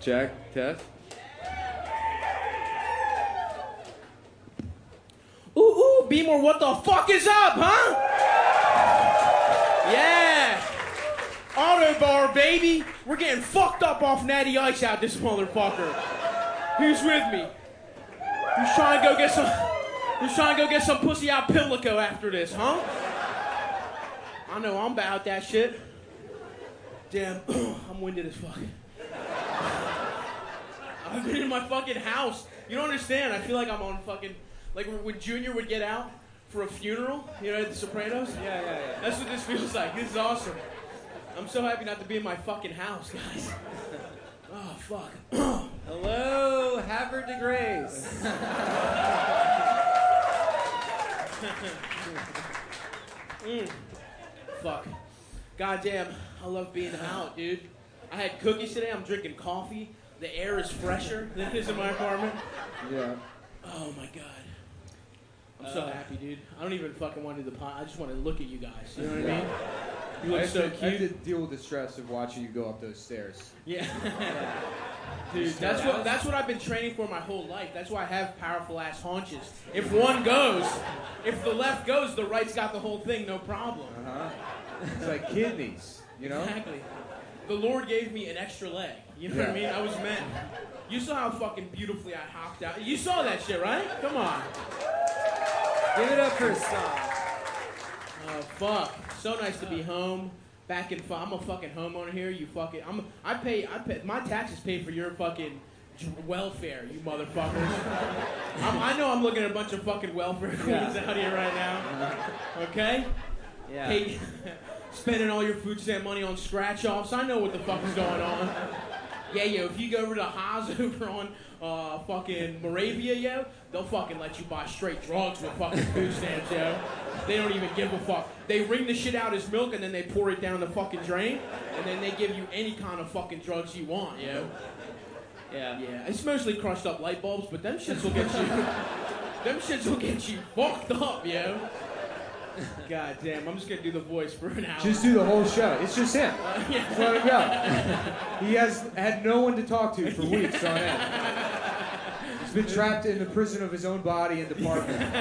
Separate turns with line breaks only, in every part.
Check, test.
Ooh, ooh, Beamer, what the fuck is up, huh? Yeah. Auto bar, baby. We're getting fucked up off Natty Ice out this motherfucker. Who's with me? Who's trying to go get some... Who's trying to go get some pussy out Pimlico after this, huh? I know I'm about that shit. Damn, I'm winded as fuck. I've been in my fucking house. You don't understand. I feel like I'm on fucking like when Junior would get out for a funeral. You know, at The Sopranos.
Yeah, yeah, yeah.
That's what this feels like. This is awesome. I'm so happy not to be in my fucking house, guys. Oh fuck.
Hello, Havard de Grace.
Fuck. Goddamn, I love being out, dude. I had cookies today. I'm drinking coffee. The air is fresher than it is in my apartment.
yeah.
Oh my god. Uh, I'm so happy, dude. I don't even fucking want to do the pot. I just want to look at you guys. You know what I mean? You
I
look
have,
so
to, I have to
cute.
deal with the stress of watching you go up those stairs.
Yeah. Dude, that's what that's what I've been training for my whole life. That's why I have powerful ass haunches. If one goes, if the left goes, the right's got the whole thing, no problem.
Uh-huh. It's like kidneys, you know?
Exactly. The Lord gave me an extra leg. You know what I mean?
Yeah.
I was meant. You saw how fucking beautifully I hopped out. You saw that shit, right? Come on.
Give it up for Song.
Oh fuck! So nice to be home. Back in, fu- I'm a fucking homeowner here. You fucking, I'm. I pay. I pay. My taxes pay for your fucking dr- welfare, you motherfuckers. I'm, I know I'm looking at a bunch of fucking welfare queens out here right now. Okay.
Yeah.
Hey, spending all your food stamp money on scratch offs. I know what the fuck is going on. Yeah, yo, if you go over to Haas over on uh, fucking Moravia, yo, they'll fucking let you buy straight drugs with fucking food stamps, yo. They don't even give a fuck. They wring the shit out as milk and then they pour it down the fucking drain, and then they give you any kind of fucking drugs you want, yo.
Yeah.
Yeah, it's mostly crushed up light bulbs, but them shits will get you. them shits will get you fucked up, yo. God damn, I'm just gonna do the voice for an hour.
Just do the whole show. It's just him. Just
yeah.
let him go. He has had no one to talk to for weeks on end. He's been trapped in the prison of his own body and department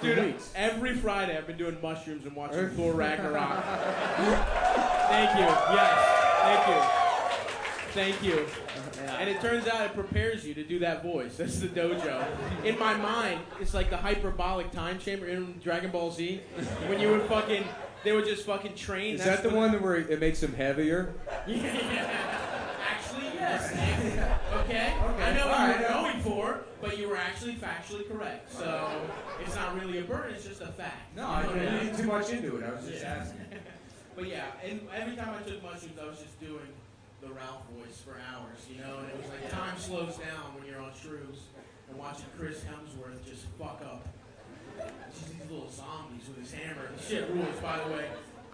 for
Dude,
weeks.
every Friday I've been doing mushrooms and watching
Earth.
Thor Ragnarok. Thank you. Yes. Thank you. Thank you. And it turns out it prepares you to do that voice. That's the dojo. In my mind, it's like the hyperbolic time chamber in Dragon Ball Z. When you would fucking, they would just fucking train.
Is that
That's
the
what-
one that where it makes him heavier?
Actually, yes. Okay. I know what you were going for, but you were actually factually correct. So it's not really a burden; it's just a fact. You know what I mean?
too much into it. I was just asking.
But yeah, and every time I took mushrooms, I was just doing the Ralph voice for hours, you know. And it was like time slows down when you're on shrooms and watching Chris Hemsworth just fuck up. It's just these little zombies with his hammer. The shit rules, by the way.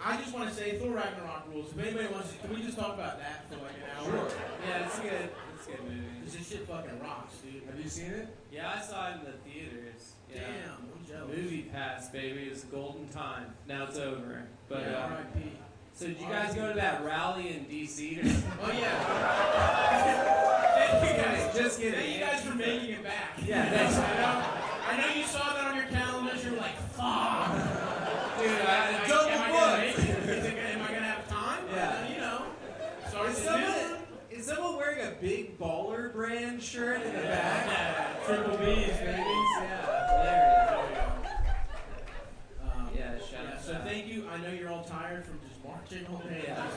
I just want to say Thor Ragnarok rules. If anybody wants to, can we just talk about that for like an hour? Sure.
Yeah, it's good. It's good movie.
Because this shit fucking rocks, dude.
Have you seen it?
Yeah, I saw it in the theaters. Yeah.
Damn, I'm jealous.
Movie pass, baby. It was a golden time. Now it's over. But
yeah,
uh,
R.I.P.
so did you guys go to that rally in D.C. or
Oh yeah. Thank you guys.
Just kidding.
Thank you guys for making it back.
Yeah, thanks.
I know. I know you saw that on your calendars. You're like, fuck.
Dude, I had a
am I
double
gonna make it? Is it gonna- am I gonna have time?
Yeah.
You know.
book.
Sorry
Is
to
someone,
do.
is someone wearing a big baller brand shirt in the back?
Triple B's, baby.
Yeah.
Um,
Yeah, shout out
So
to that.
thank you. I know you're all tired from just marching all day.
Yeah.
Just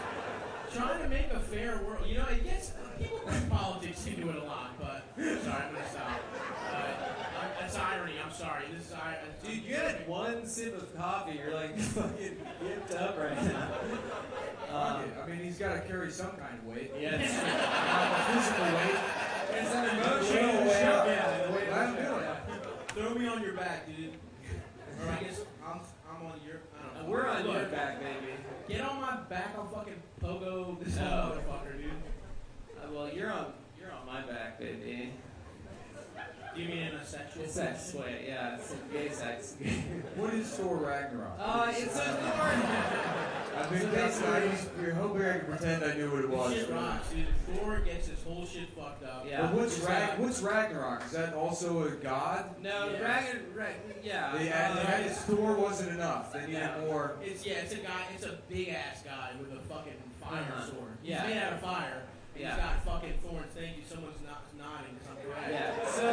trying to make a fair world. You know, I guess people bring politics into it a lot, but sorry, I'm gonna stop. Uh, I'm, that's irony. I'm sorry. This is irony.
There you go. Dude, you had one sip of coffee. You're like fucking gipped up right now.
Uh,
Um,
I mean, he's got to carry some kind of weight.
yes.
Physical weight. It's an
Emotional weight. Yeah, the weight
I
of
don't
the
do
show.
it.
Throw me on your back, dude. Or I guess I'm, I'm on your. I don't know.
We're on
Look,
your back, baby.
Get on my back. I'll fucking pogo this
No.
motherfucker, dude.
Uh, well, you're on you're on my back, baby.
You mean in a sexual?
It's sex way, yeah, it's a gay sex.
What is Thor Ragnarok?
uh, it's a thorn.
I've So
big
basically,
outside.
you're hoping I can pretend I knew what it was.
Shit
but-
rocks, dude. Thor gets his whole shit fucked up.
But
Yeah.
what's,
It's
Rag-
like-
what's Ragnarok? Is that also a god?
No,
Yeah.
Dragon, right, yeah.
They add,
uh,
they added Thor wasn't enough. They needed
Yeah.
more.
It's yeah, it's a guy. It's a big ass guy with a fucking fire
Uh-huh.
sword.
Yeah.
He's made out of fire. and
Yeah.
He's got fucking thorns. Thank you. Someone's not nodding. 'cause I'm correct.
Yeah.
So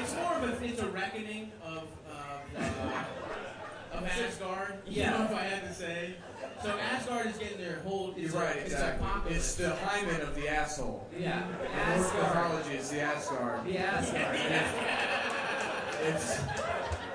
It's more of a it's a reckoning of of, uh, of Asgard. You
Yeah.
know if I had to say. So Asgard is getting their whole. It's
you're
like-
right,
It's
exactly.
apocalypse.
It's the hymen of the asshole.
Yeah.
The Norse
Asgard.
mythology is the Asgard.
The Asgard.
It's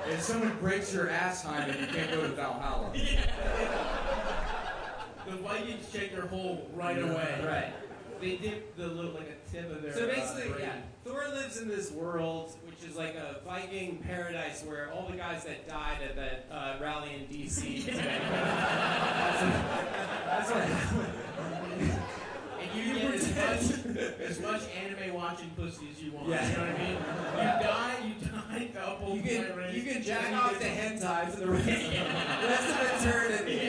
if someone breaks your ass hymen, you can't go to Valhalla.
the Vikings check their hole right away.
Right.
They dip the little like a tip of their.
So
uh,
basically,
brain.
yeah, Thor lives in this world, which is like a Viking paradise where all the guys that died at that uh, rally in D.C. today. that's, what, that's what.
And you get as much, as much anime watching pussy as you want.
Yeah.
You know what I mean? You die, you die double.
You can,
whatever.
you can jack
And you
off
get-
the hentai for the rest of, the rest of eternity.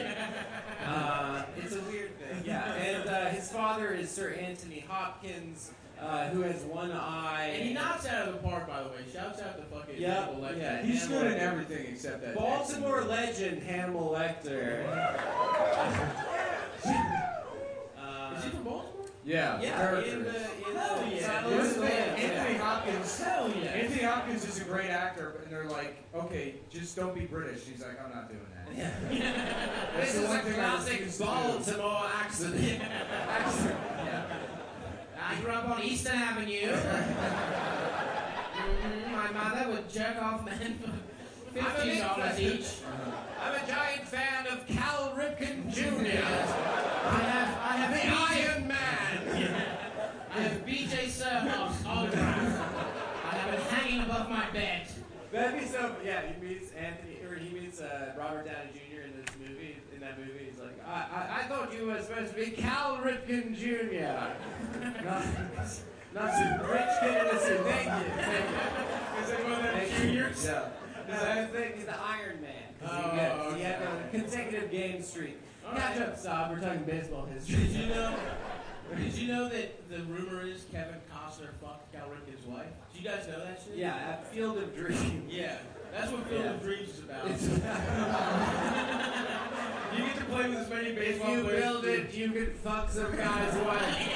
Uh, it's a weird thing, yeah. And uh, his father is Sir Anthony Hopkins, uh, who has one eye.
And he knocks it out of the park, by the way. Shouts out to fucking
Yeah,
Hannibal Lecter.
yeah.
He's good at everything except that.
Baltimore legend Hannibal Lecter. Uh,
Is he from Baltimore?
Yeah.
yeah,
characters.
in the, in
Hell
the
yeah.
Silence
Here's
of
the thing,
the Lambs, yeah.
Anthony Hopkins.
Hell yeah.
Anthony Hopkins is a great actor, but- and they're like, okay, just don't be British. He's like, I'm not doing that. That's
This
the
is
one
a
thing I
classic
refuse to do.
Baltimore accident. Accent.
I grew up on Eastern Avenue. Mhm, My mother would jerk off men for
I'm a
fifteen dollars
big-
each.
I'm a giant fan of Cal Ripken Jr.
I have I
the
have BJ
Iron Man.
I have BJ Surhoff's autograph. I have it hanging above my bed.
That'd be so. uh, Yeah, he meets Anthony, or he meets uh, Robert Downey Jr. in this movie. In that movie, he's like, I, I, I thought you were supposed to be Cal Ripken Jr. not, not some rich kid in a suit. Thank you. Thank you. Is it one of them juniors?
Yeah.
No, I think he's the Iron Man. 'cause
Oh,
he, gets,
okay.
he had a consecutive game streak.
All
Catch
right.
up, Sob. We're talking baseball
Did
history.
you know? Did you know that the rumor is Kevin Costner fucked Cal Ripken's wife? Do you guys know that shit?
yeah, at Field of Dreams.
Yeah. That's what Field of Dreams is about.
It's-
you get to play with as many
If
baseball
you
players.
build it, you can fuck some guy's wife.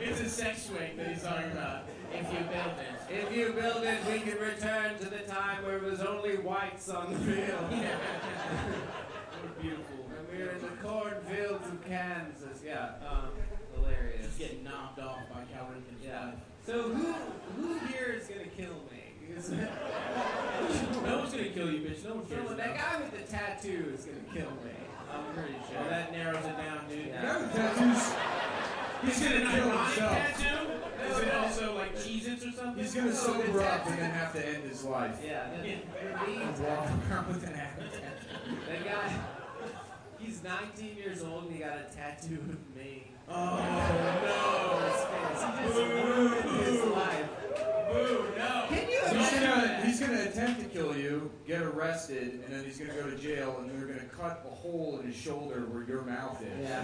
It's a sex swing that he's talking about. If you build it.
If you build it, we can return to the time where it was only whites on the field.
What a beautiful.
When we were in the cornfields of Kansas. Yeah, um, hilarious.
Just get knocked off by Cal Ripken's
Yeah.
wife.
So who who here is gonna kill me? Because-
No one's gonna kill you, bitch. No one cares.
Someone- that
about
guy with the tattoo is gonna kill me. I'm pretty
you. Well,
sure.
that narrows it down, dude.
Yeah.
Now the tattoos. He's gonna kill himself.
tattoo? Is it also like Cheez-Its or something?
He's gonna sober up and then have to end his life.
Yeah. That,
Walk around with an axe.
that guy. He's 19 years old and he got a tattoo of me.
Oh
on his face. He just ruined his life.
no! Boo! No!
Can you
He's
imagine?
gonna, he's gonna attempt to kill you, get arrested, and then he's gonna go to jail, and they're gonna cut a hole in his shoulder where your mouth is.
Yeah.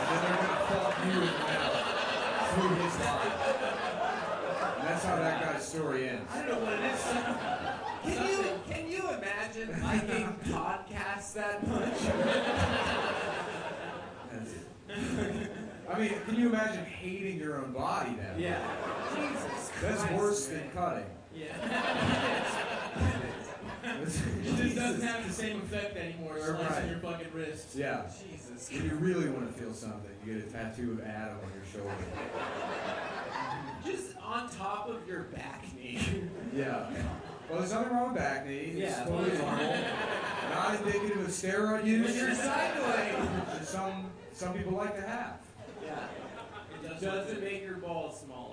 And then they're gonna fuck you in the mouth through his mouth. And that's how that guy's story ends.
I don't know what it is.
Can you can you imagine liking podcasts that much?
I mean, can you imagine hating your own body now?
Yeah. Jesus Christ.
That's worse
man.
than cutting.
Yeah.
That's-
It just doesn't have the same effect anymore. It's
Right.
slicing your fucking wrist.
yeah.
Jesus.
If you really want to feel something, you get a tattoo of Adam on your shoulder.
Just on top of your back knee.
Yeah. Well, there's nothing wrong with back knee. It's
Yeah.
totally normal. Not indicative of steroid
When
use.
you're sideways.
which is Some some people like to have.
Uh,
Yeah. Mm-hmm.
It
Doesn't make your balls smaller.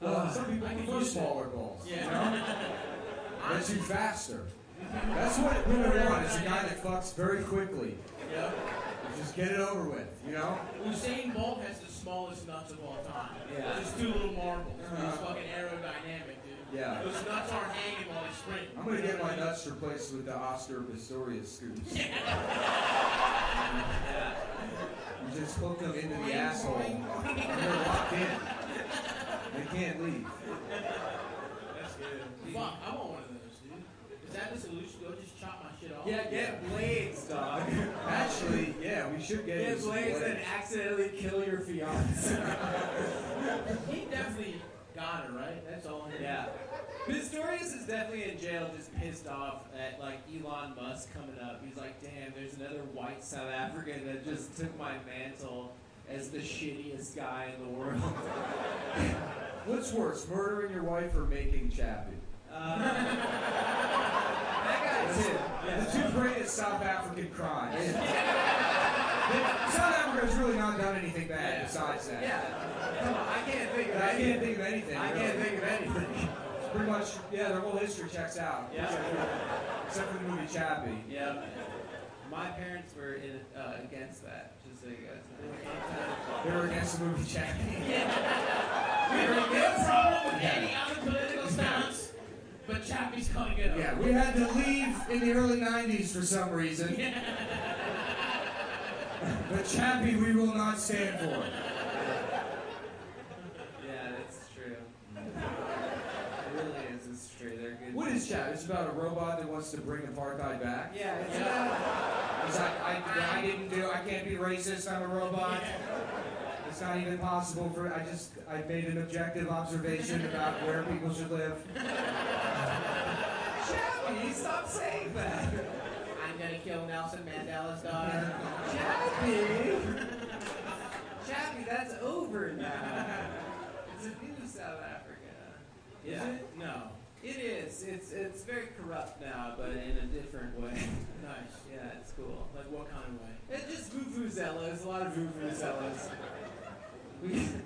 Well, some people
I can
prefer
use it.
smaller balls.
Yeah.
You know? Gets you faster. That's what women want. Is a guy that fucks very quickly.
Yeah.
Just get it over with. You know.
Usain Bolt has the smallest nuts of all time.
Yeah.
Just two little marbles.
Uh-huh.
He's fucking aerodynamic, dude.
Yeah.
Those nuts aren't hanging while they spring.
I'm gonna get my nuts replaced with the Oscar Pistorius scoops. You just hook them into the asshole. And they're locked in. They can't leave.
Fuck, I want one of those, dude. Is that the solution? Go just chop my shit off.
Yeah, get blades, dog.
Actually, yeah, we should get
Get
his
blades
blade.
and accidentally kill your fiance.
He definitely got it, right? That's all. I need.
yeah. Pistorius is definitely in jail, just pissed off at like Elon Musk coming up. He's like, damn, there's another white South African that just took my mantle as the shittiest guy in the world.
What's worse, murdering your wife or making Chappie?
Uh, that guy too.
The two greatest South African crimes. South Africa's really not done anything bad
Yeah.
besides that.
Yeah. Come on, I can't think of
But I can't
anything.
think of anything.
I
really.
can't think of anything.
It's Pretty much, yeah, their whole history checks out.
Yeah.
Except for the movie Chappie.
Yeah. My parents were in, uh, against that, just so you guys know.
They were against the movie Chappie.
We have no problem with any other political stance, but Chappie's cutting it up.
Yeah, we had to leave in the early 90s for some reason. but Chappie, we will not stand for.
Yeah, that's true. It really is. It's true. They're good.
What is Chappie? It's about a robot that wants to bring apartheid back.
Yeah, it's
It's like, I, I didn't do, I can't be racist, I'm a robot. It's not even possible for, I just, I made an objective observation about where people should live.
Chappie, stop saying that.
I'm gonna kill Nelson Mandela's daughter.
Chappie! Chappie, that's over now. It's a new South Africa.
Is
Yeah.
it? No.
It is. It's it's very corrupt now, but in a different way.
Nice.
yeah, it's cool.
Like what kind of way?
It's just vuvuzelas. A lot of vuvuzelas. We- Didn't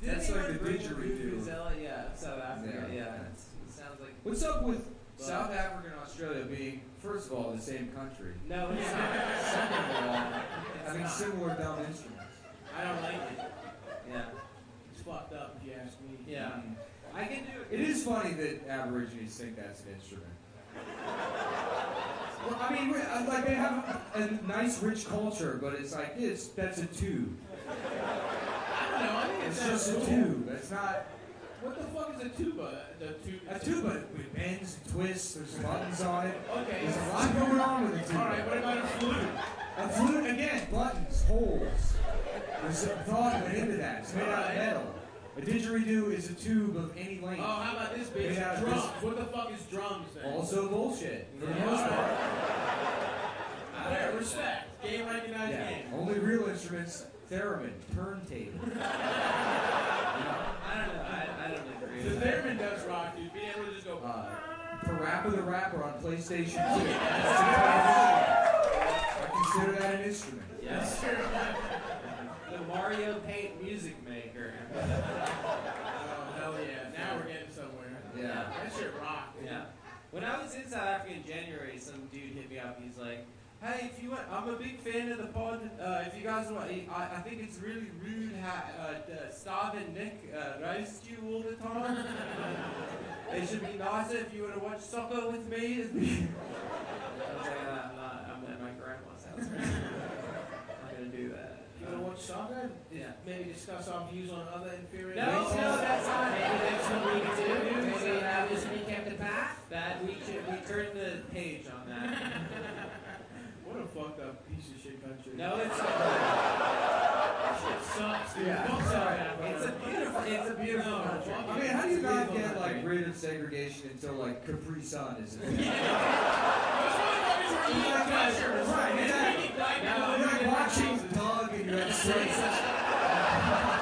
That's
they
like the
bring
didgeridoo.
Vuvuzela, yeah, South Africa.
Yeah.
Yeah, It's, it sounds like.
What's up with South Africa and Australia being, first of all, the same country?
No, it's not.
Second of all, having
not.
similar dumb instruments.
I don't like it.
Yeah.
It's fucked up if you ask me.
Yeah. I can do
It is funny that Aborigines think that's an instrument. Well, I mean, uh, like they have a nice, rich culture, but it's like it's that's a tube.
I don't know. I think it's,
It's
not
just a
cool.
tube. It's not
What the fuck is a tuba? The tuba.
a tuba with bends and twists. There's buttons on it.
Okay.
There's a lot going on with a
All right.
tuba.
What about a flute?
A flute again, buttons, holes. There's a thought went into that. It's made out of metal. A didgeridoo is a tube of any
Oh,
length.
how about this bitch?
Yeah,
drums.
this-
What the fuck is drums then?
Also bullshit for the
Yeah.
most part.
Fair, respect. Game recognized
Yeah.
game.
Only real instruments, theremin, Uh, turntable.
I don't know. I, I don't agree
The
with that.
theremin does rock, dude. Being able to just go.
Uh, Parappa the Rapper on PlayStation 2. I consider that an instrument.
Yes. The Mario Paint Music Maker.
Oh hell yeah! Now we're getting somewhere.
Yeah.
That shit rocked. dude.
Yeah. When I was in South Africa in January, some dude hit me up. He's like, "Hey, if you want, I'm a big fan of the pod. Uh, if you guys want, I, I think it's really rude how uh, Stav and Nick uh, roast you all the time. it should be nicer if you want to watch soccer with me." It'd be- I was like, uh, uh, "I'm at my grandma's house. I'm gonna do that."
You wanna watch soccer?
Yeah.
Maybe discuss our views on other inferior.
No, no, that's not it.
Maybe that's what we can do.
Maybe
Maybe
that
that is we kept it back.
That we should, we turned the page on that.
What a fucked up piece of shit country.
No, it's not.
that shit sucks, dude.
Yeah.
Fuck South Africa.
It's a beautiful. It's a beautiful
No,
country.
fuck
I mean, how do you not get like rid of segregation until like Capri Sun is? Yeah.
Those motherfuckers were eating
Right,
gushers.
right,
It's
yeah.
really like-
Now you're like watching Doug and you're at six.
No,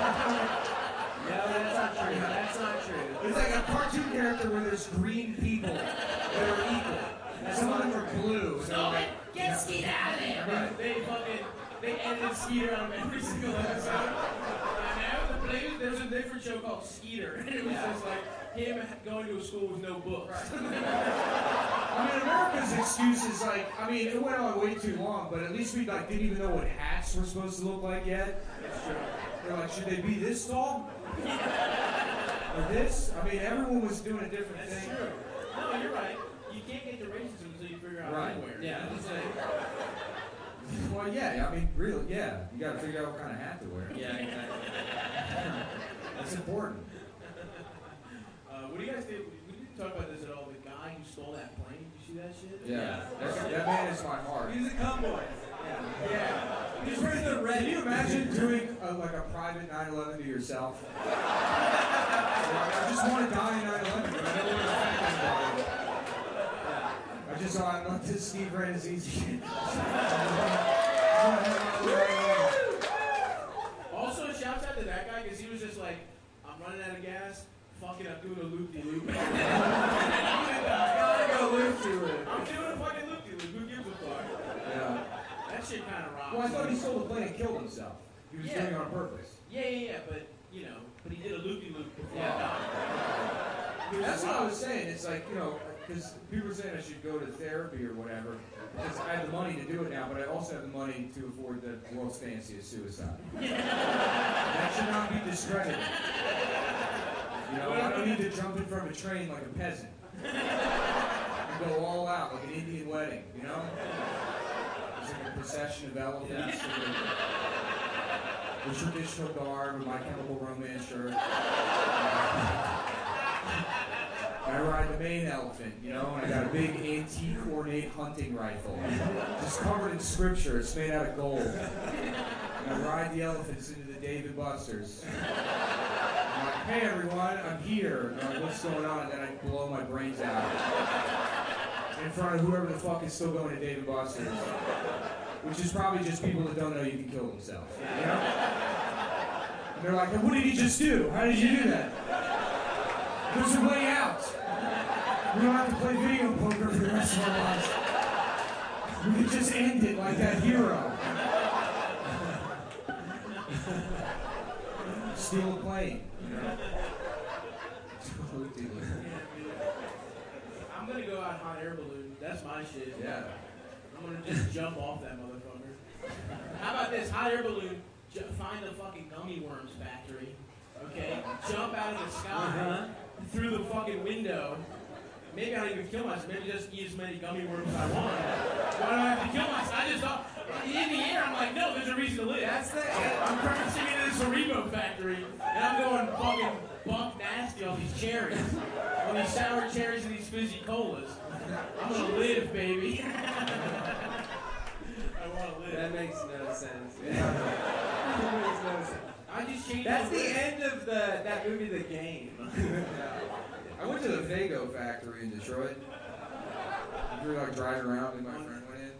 that's not true. That's not true.
It's like a cartoon character where there's green people that are equal. And some of them are blue. and they're
Stop
like-
it. Get Skeet out of there.
Right.
They fucking they ended Skeeter on every single episode. And now the Blues, there was a different show called Skeeter, and it was just like him going to a school with no books.
I mean, America's excuse is like, I mean, it went on way too long, but at least we like didn't even know what hats were supposed to look like yet. They're like, should they be this tall? Or this? I mean, everyone was doing a different
That's
thing.
true. No, you're right. You can't get to racism until you figure out
Right.
where.
Yeah, I'm just saying.
Well, yeah, I mean, really, yeah. You gotta figure out what kind of hat to wear.
Yeah, exactly.
That's important.
Uh, what do you guys think? We didn't talk about this at all. The guy who stole that plane. Did you see that shit?
Yeah. That's, that man is my heart.
He's a cowboy.
Yeah.
Yeah. He's wearing the red.
Can you imagine doing a, like a private 9/11 to yourself? I just want to die in 9/11. but I don't want to affect anybody. I just thought I'd let this Steve Ray as easy.
Also, shouts out to that guy because he was just like, I'm running out of gas. Fuck it, I'm doing a loop de loop.
Gotta go loop to it.
I'm doing a fucking loop de loop. Who gives a fuck?
Yeah.
That shit kind of rocks.
Well, I thought he stole the plane and killed himself. He was
Yeah.
doing it on purpose.
Yeah, yeah, yeah, but you know, but he did a loop de loop before
Yeah.
yeah. he died.
That's what I was saying. It's like, you know, because people were saying I should go to therapy or whatever. Because I have the money to do it now, but I also have the money to afford the world's fanciest suicide. that should not be discredited. You know, I don't need to jump in front of a train like a peasant. And go all out like an Indian wedding, you know? It's like a procession of elephants. with The traditional garb and my chemical romance shirt. I ride the main elephant, you know, and I got a big antique ornate hunting rifle. It's covered in scripture, it's made out of gold. And I ride the elephants into the David Busters. I'm like, hey everyone, I'm here. And I'm like, what's going on? And then I blow my brains out. In front of whoever the fuck is still going to David Busters. Which is probably just people that don't know you can kill themselves. You know? And they're like, what did you just do? How did you do that? There's a way out. We don't have to play video poker for the rest of our lives. We can just end it like that hero. Steal a plane. you know? Totally.
I'm gonna go out hot air balloon. That's my shit.
Yeah.
I'm gonna just jump off that motherfucker. How about this hot air balloon? Ju- find the fucking gummy worms factory. Okay, jump out of the sky through the fucking window. Maybe I don't even kill myself. Maybe just eat as many gummy worms as I want. Why do I have to kill myself? I just thought in the air. I'm like, no, there's a reason to live.
That's the.
I'm crashing into this Cerebo factory, and I'm going fucking buck nasty on these cherries, on these sour cherries and these fizzy colas. I'm gonna live, baby. I want to live.
That makes no sense. that makes no sense.
I just changed.
That's
my
the
word.
end of the that movie, The Game.
I went to the Vago factory in Detroit. We were like driving around, and my friend went in,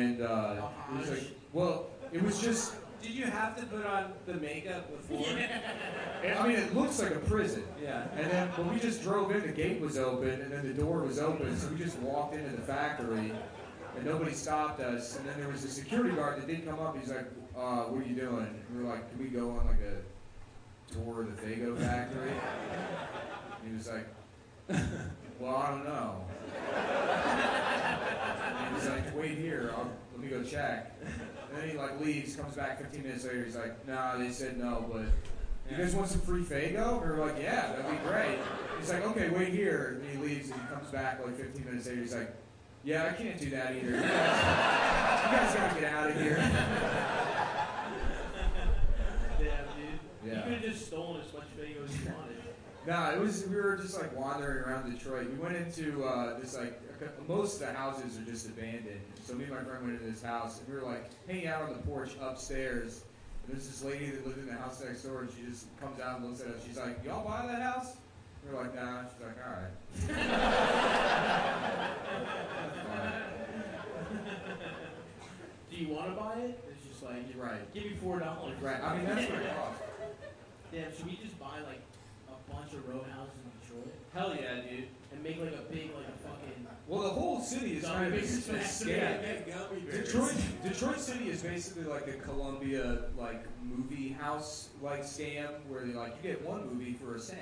and uh, it was like, well, it was just.
Did you have to put on the makeup before?
I mean, it looks like a prison.
Yeah.
And then, but we just drove in. The gate was open, and then the door was open, so we just walked into the factory, and nobody stopped us. And then there was a security guard that did come up. He's like, uh, "What are you doing?" And we were like, "Can we go on like a tour of the Fago factory?" And he was like, "Well, I don't know." And he was like, "Wait here. I'll, let me go check." And then he like leaves, comes back 15 minutes later. He's like, "Nah, they said no, but." You guys want some free Fago? We were like, yeah, that'd be great. He's like, okay, wait here. And he leaves and he comes back like 15 minutes later. He's like, yeah, I can't do that either. You guys, you guys gotta get out of here.
Damn, dude. You
Yeah.
could have just stolen as much video as you wanted.
No, it was, we were just like wandering around Detroit. We went into uh, this like, a- most of the houses are just abandoned. So me and my friend went into this house and we were like hanging out on the porch upstairs. And there's this lady that lived in the house next door and she just comes out and looks at us. She's like, y'all buy that house? We were like, nah. She's like, all right. All right.
Do you want to buy it? It's just like
You're right.
Give me four dollars.
Right. I mean, that's what it costs.
Damn. Should we just buy like a bunch of row houses in Detroit
Hell yeah, dude.
and make like a big like a fucking
Well, the whole city is kind of a scam. Detroit, Detroit City is basically like a Columbia like movie house like scam where they like you get one movie for a cent,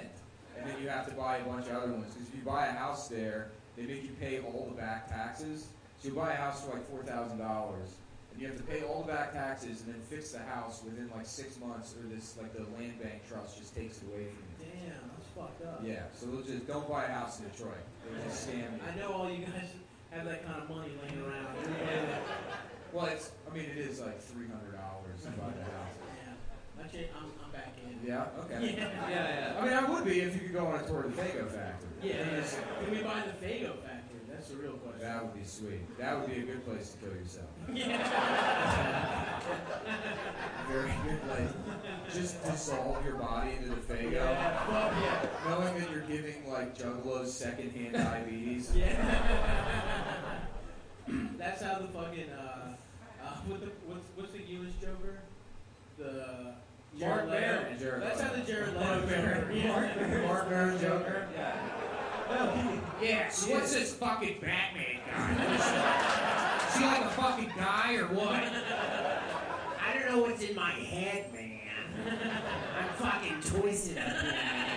and then you have to buy a bunch of other ones. Because if you buy a house there, they make you pay all the back taxes. So you buy a house for like four thousand dollars, and you have to pay all the back taxes and then fix the house within like six months, or this like the land bank trust just takes it away from
Damn, that's fucked up.
you. Yeah, so they'll just don't buy a house in Detroit. They'll just scam you.
I know all you guys have that kind of money laying around.
Well, it's I mean it is like three hundred dollars to buy the house.
Yeah, I can't, I'm, I'm back in.
Yeah, okay.
Yeah, yeah.
I mean I would be if you could go on a tour of the Fago factory.
Yeah, yeah. Can we buy the Fago factory? That's the real question.
That would be sweet. That would be a good place to kill yourself. Very good place. Just dissolve your body into the Fago.
Yeah, fuck yeah.
Knowing that you're giving like Juggalos secondhand diabetes.
Yeah. That's how the fucking uh, uh what the what's what's the Jewish Joker? The
Mark Maron. Jared
That's how the Jared Leto.
Mark
Joker-
Maron.
Yeah.
Mark Maron. Mark Maron Joker.
Yeah.
Yeah, so what's this fucking Batman guy? Is he like a fucking guy or what?
I don't know what's in my head, man. I'm fucking twisted up here, man.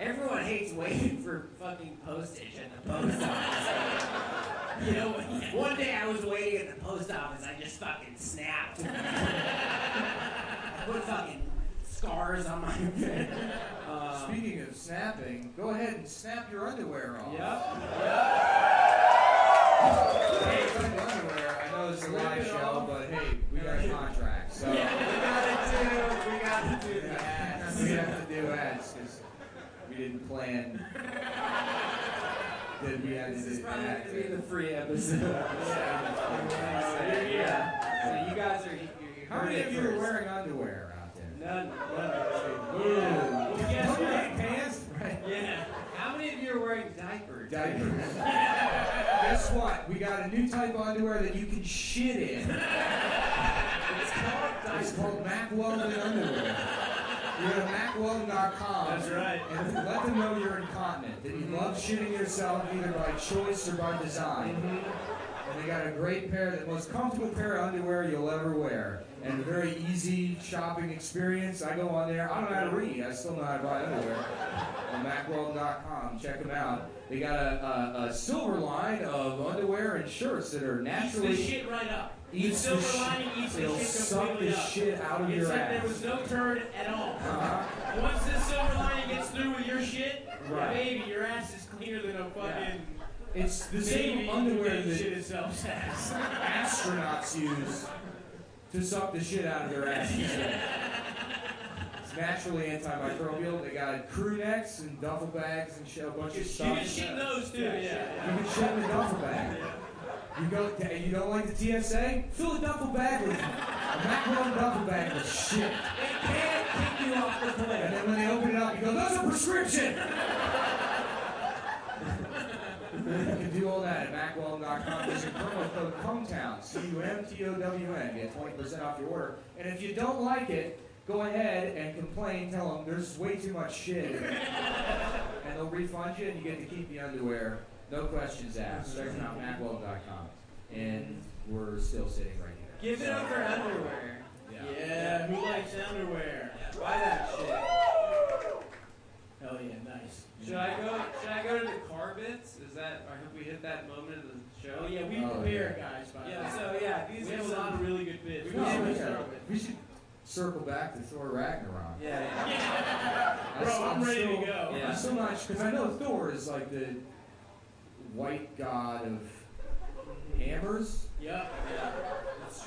Everyone hates waiting for fucking postage at the post office. You know, one day I was waiting at the post office, I just fucking snapped. I put fucking scars on my face. Uh,
Speaking of snapping, go ahead and snap your underwear off.
Yep.
Hey, it's like underwear. I know it's a live show, but hey, we got a contract, so
We gotta do. We gotta do
Yeah,
that.
we have to do ads because we didn't plan that we had to
This
do
is probably
that.
gonna be the free episode. yeah. So you guys are. You're, you're
How many of you
first.
are wearing underwear out there?
None. None.
Ooh.
Yeah. Well, guess
Don't you
what?
hate pants? Right.
Yeah. How many of you are wearing diapers?
Diapers. Guess what? We got a new type of underwear that you can shit in.
It's called
It's
diapers.
called Mac Weldon underwear. You go to MacWeldon.com.
That's right. Mm-hmm.
And let them know you're incontinent, that you love shitting yourself either by choice or by design.
Mm-hmm.
And they got a great pair, the most comfortable pair of underwear you'll ever wear. And a very easy shopping experience. I go on there. I don't know how to read. I still know how to buy underwear. On MacWeldon.com. Check them out. They got a, a, a silver line of underwear and shirts that are
Eats the
naturally.
shit right up.
Eats
the silver
shit-
lining eats the
They'll
shit
suck
completely
the
up.
shit out of
it's
your
like
ass.
there was no turd at all.
Uh-huh.
Once this silver lining gets through with your shit,
Right.
baby, your ass is cleaner than a fucking
It's the
baby
same
who
underwear
didn't shit
that
itself ass.
astronauts use to suck the shit out of their asses. It's naturally antimicrobial. They got crew necks and duffel bags and shit, a bunch of
You can
stuff. You
shit those too. Yeah.
can shit in a duffel bag. You go. and You don't like the TSA? Fill a duffel bag with a macaroni duffel bag with shit.
They can't kick you off the
And
plane.
then when they open it up, you go, "Those are prescription." you can do all that at MacWeldon.com. Use your promo code CUMTOWN, C-U-M-T-O-W-N. Get 20% off your order. And if you don't like it, go ahead and complain. Tell them there's way too much shit. in it." and they'll refund you, and you get to keep the underwear. No questions asked. Check them out, MacWeldon.com. And we're still sitting right here.
Give it up for underwear.
Yeah.
Yeah, who likes underwear? Buy that shit. Hell yeah, nice.
Should I go? Should I go to the car bits? Is that? I hope we hit that moment of the show.
Oh yeah, we
Oh,
prepare guys. By the
Yeah.
way.
So yeah,
we
these are
have a
some-
lot of really good bits.
We
We
No,
should
we,
just
gotta-
start with.
we should circle back to Thor Ragnarok.
Yeah. yeah.
I
Bro,
s-
I'm ready to
still-
go.
Yeah.
I'm still not because I know Thor is like the white god of hammers.
Yep.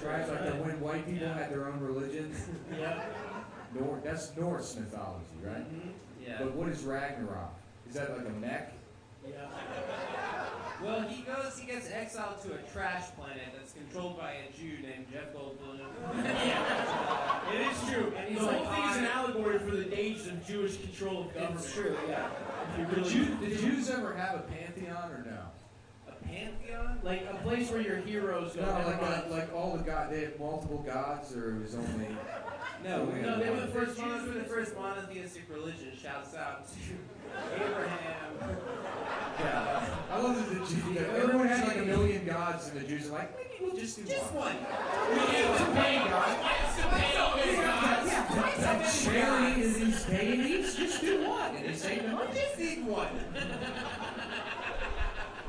Right? Like that when white people
Yeah.
had their own religion.
Yep.
Nor- that's Norse mythology, right?
yeah.
But what is Ragnarok? Is that like a mech?
Yep.
Well, he goes. He gets exiled to a trash planet that's controlled by a Jew named Jeff Goldblum.
It is true.
And he's
the whole
like,
thing is an
"I-"
allegory for the days of Jewish control of government.
It's true. Yeah.
If you
Did
really
you, did Jews ever have a pantheon or no?
A pantheon.
like a place where your heroes go.
No,
never
like
mind.
a, like all the god they had multiple gods, or it was only.
No,
we-
no, they were the
The
first
first
ones.
Jews were the first monotheistic religion. Shouts out to Abraham.
Yeah. I love that the Jews. that Everyone had like a million gods, and the Jews are like, maybe we'll just do
Just
one.
one.
Charity is these deities. Just do one. And they say no.
I just need one.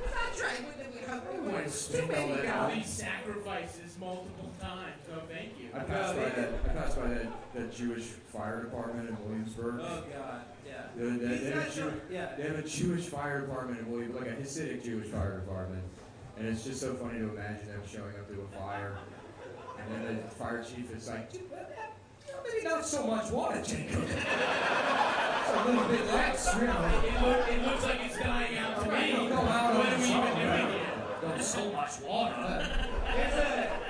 We're not trying. We, we, we, we,
Everyone's
Too
spindle
many
that
godly
up.
sacrifices multiple times. So thank you.
I passed by that. I passed by that, that Jewish fire department in Williamsburg.
Uh,
Oh God, yeah.
They, they- they
He's
have a
not
Jew-
sure- yeah.
they have a Jewish fire department in William, like a Hasidic Jewish fire department, and it's just so funny to imagine them showing up to a fire, and then the fire chief is like, "Dude, well, that- well, maybe not so much water, Jacob. it's a little bit less, really.
It, look, it looks like it's dying out to
Right,
me.
you go out
What
on
are we
the
even
song,
doing
right?
here?
Not so much water.
There's a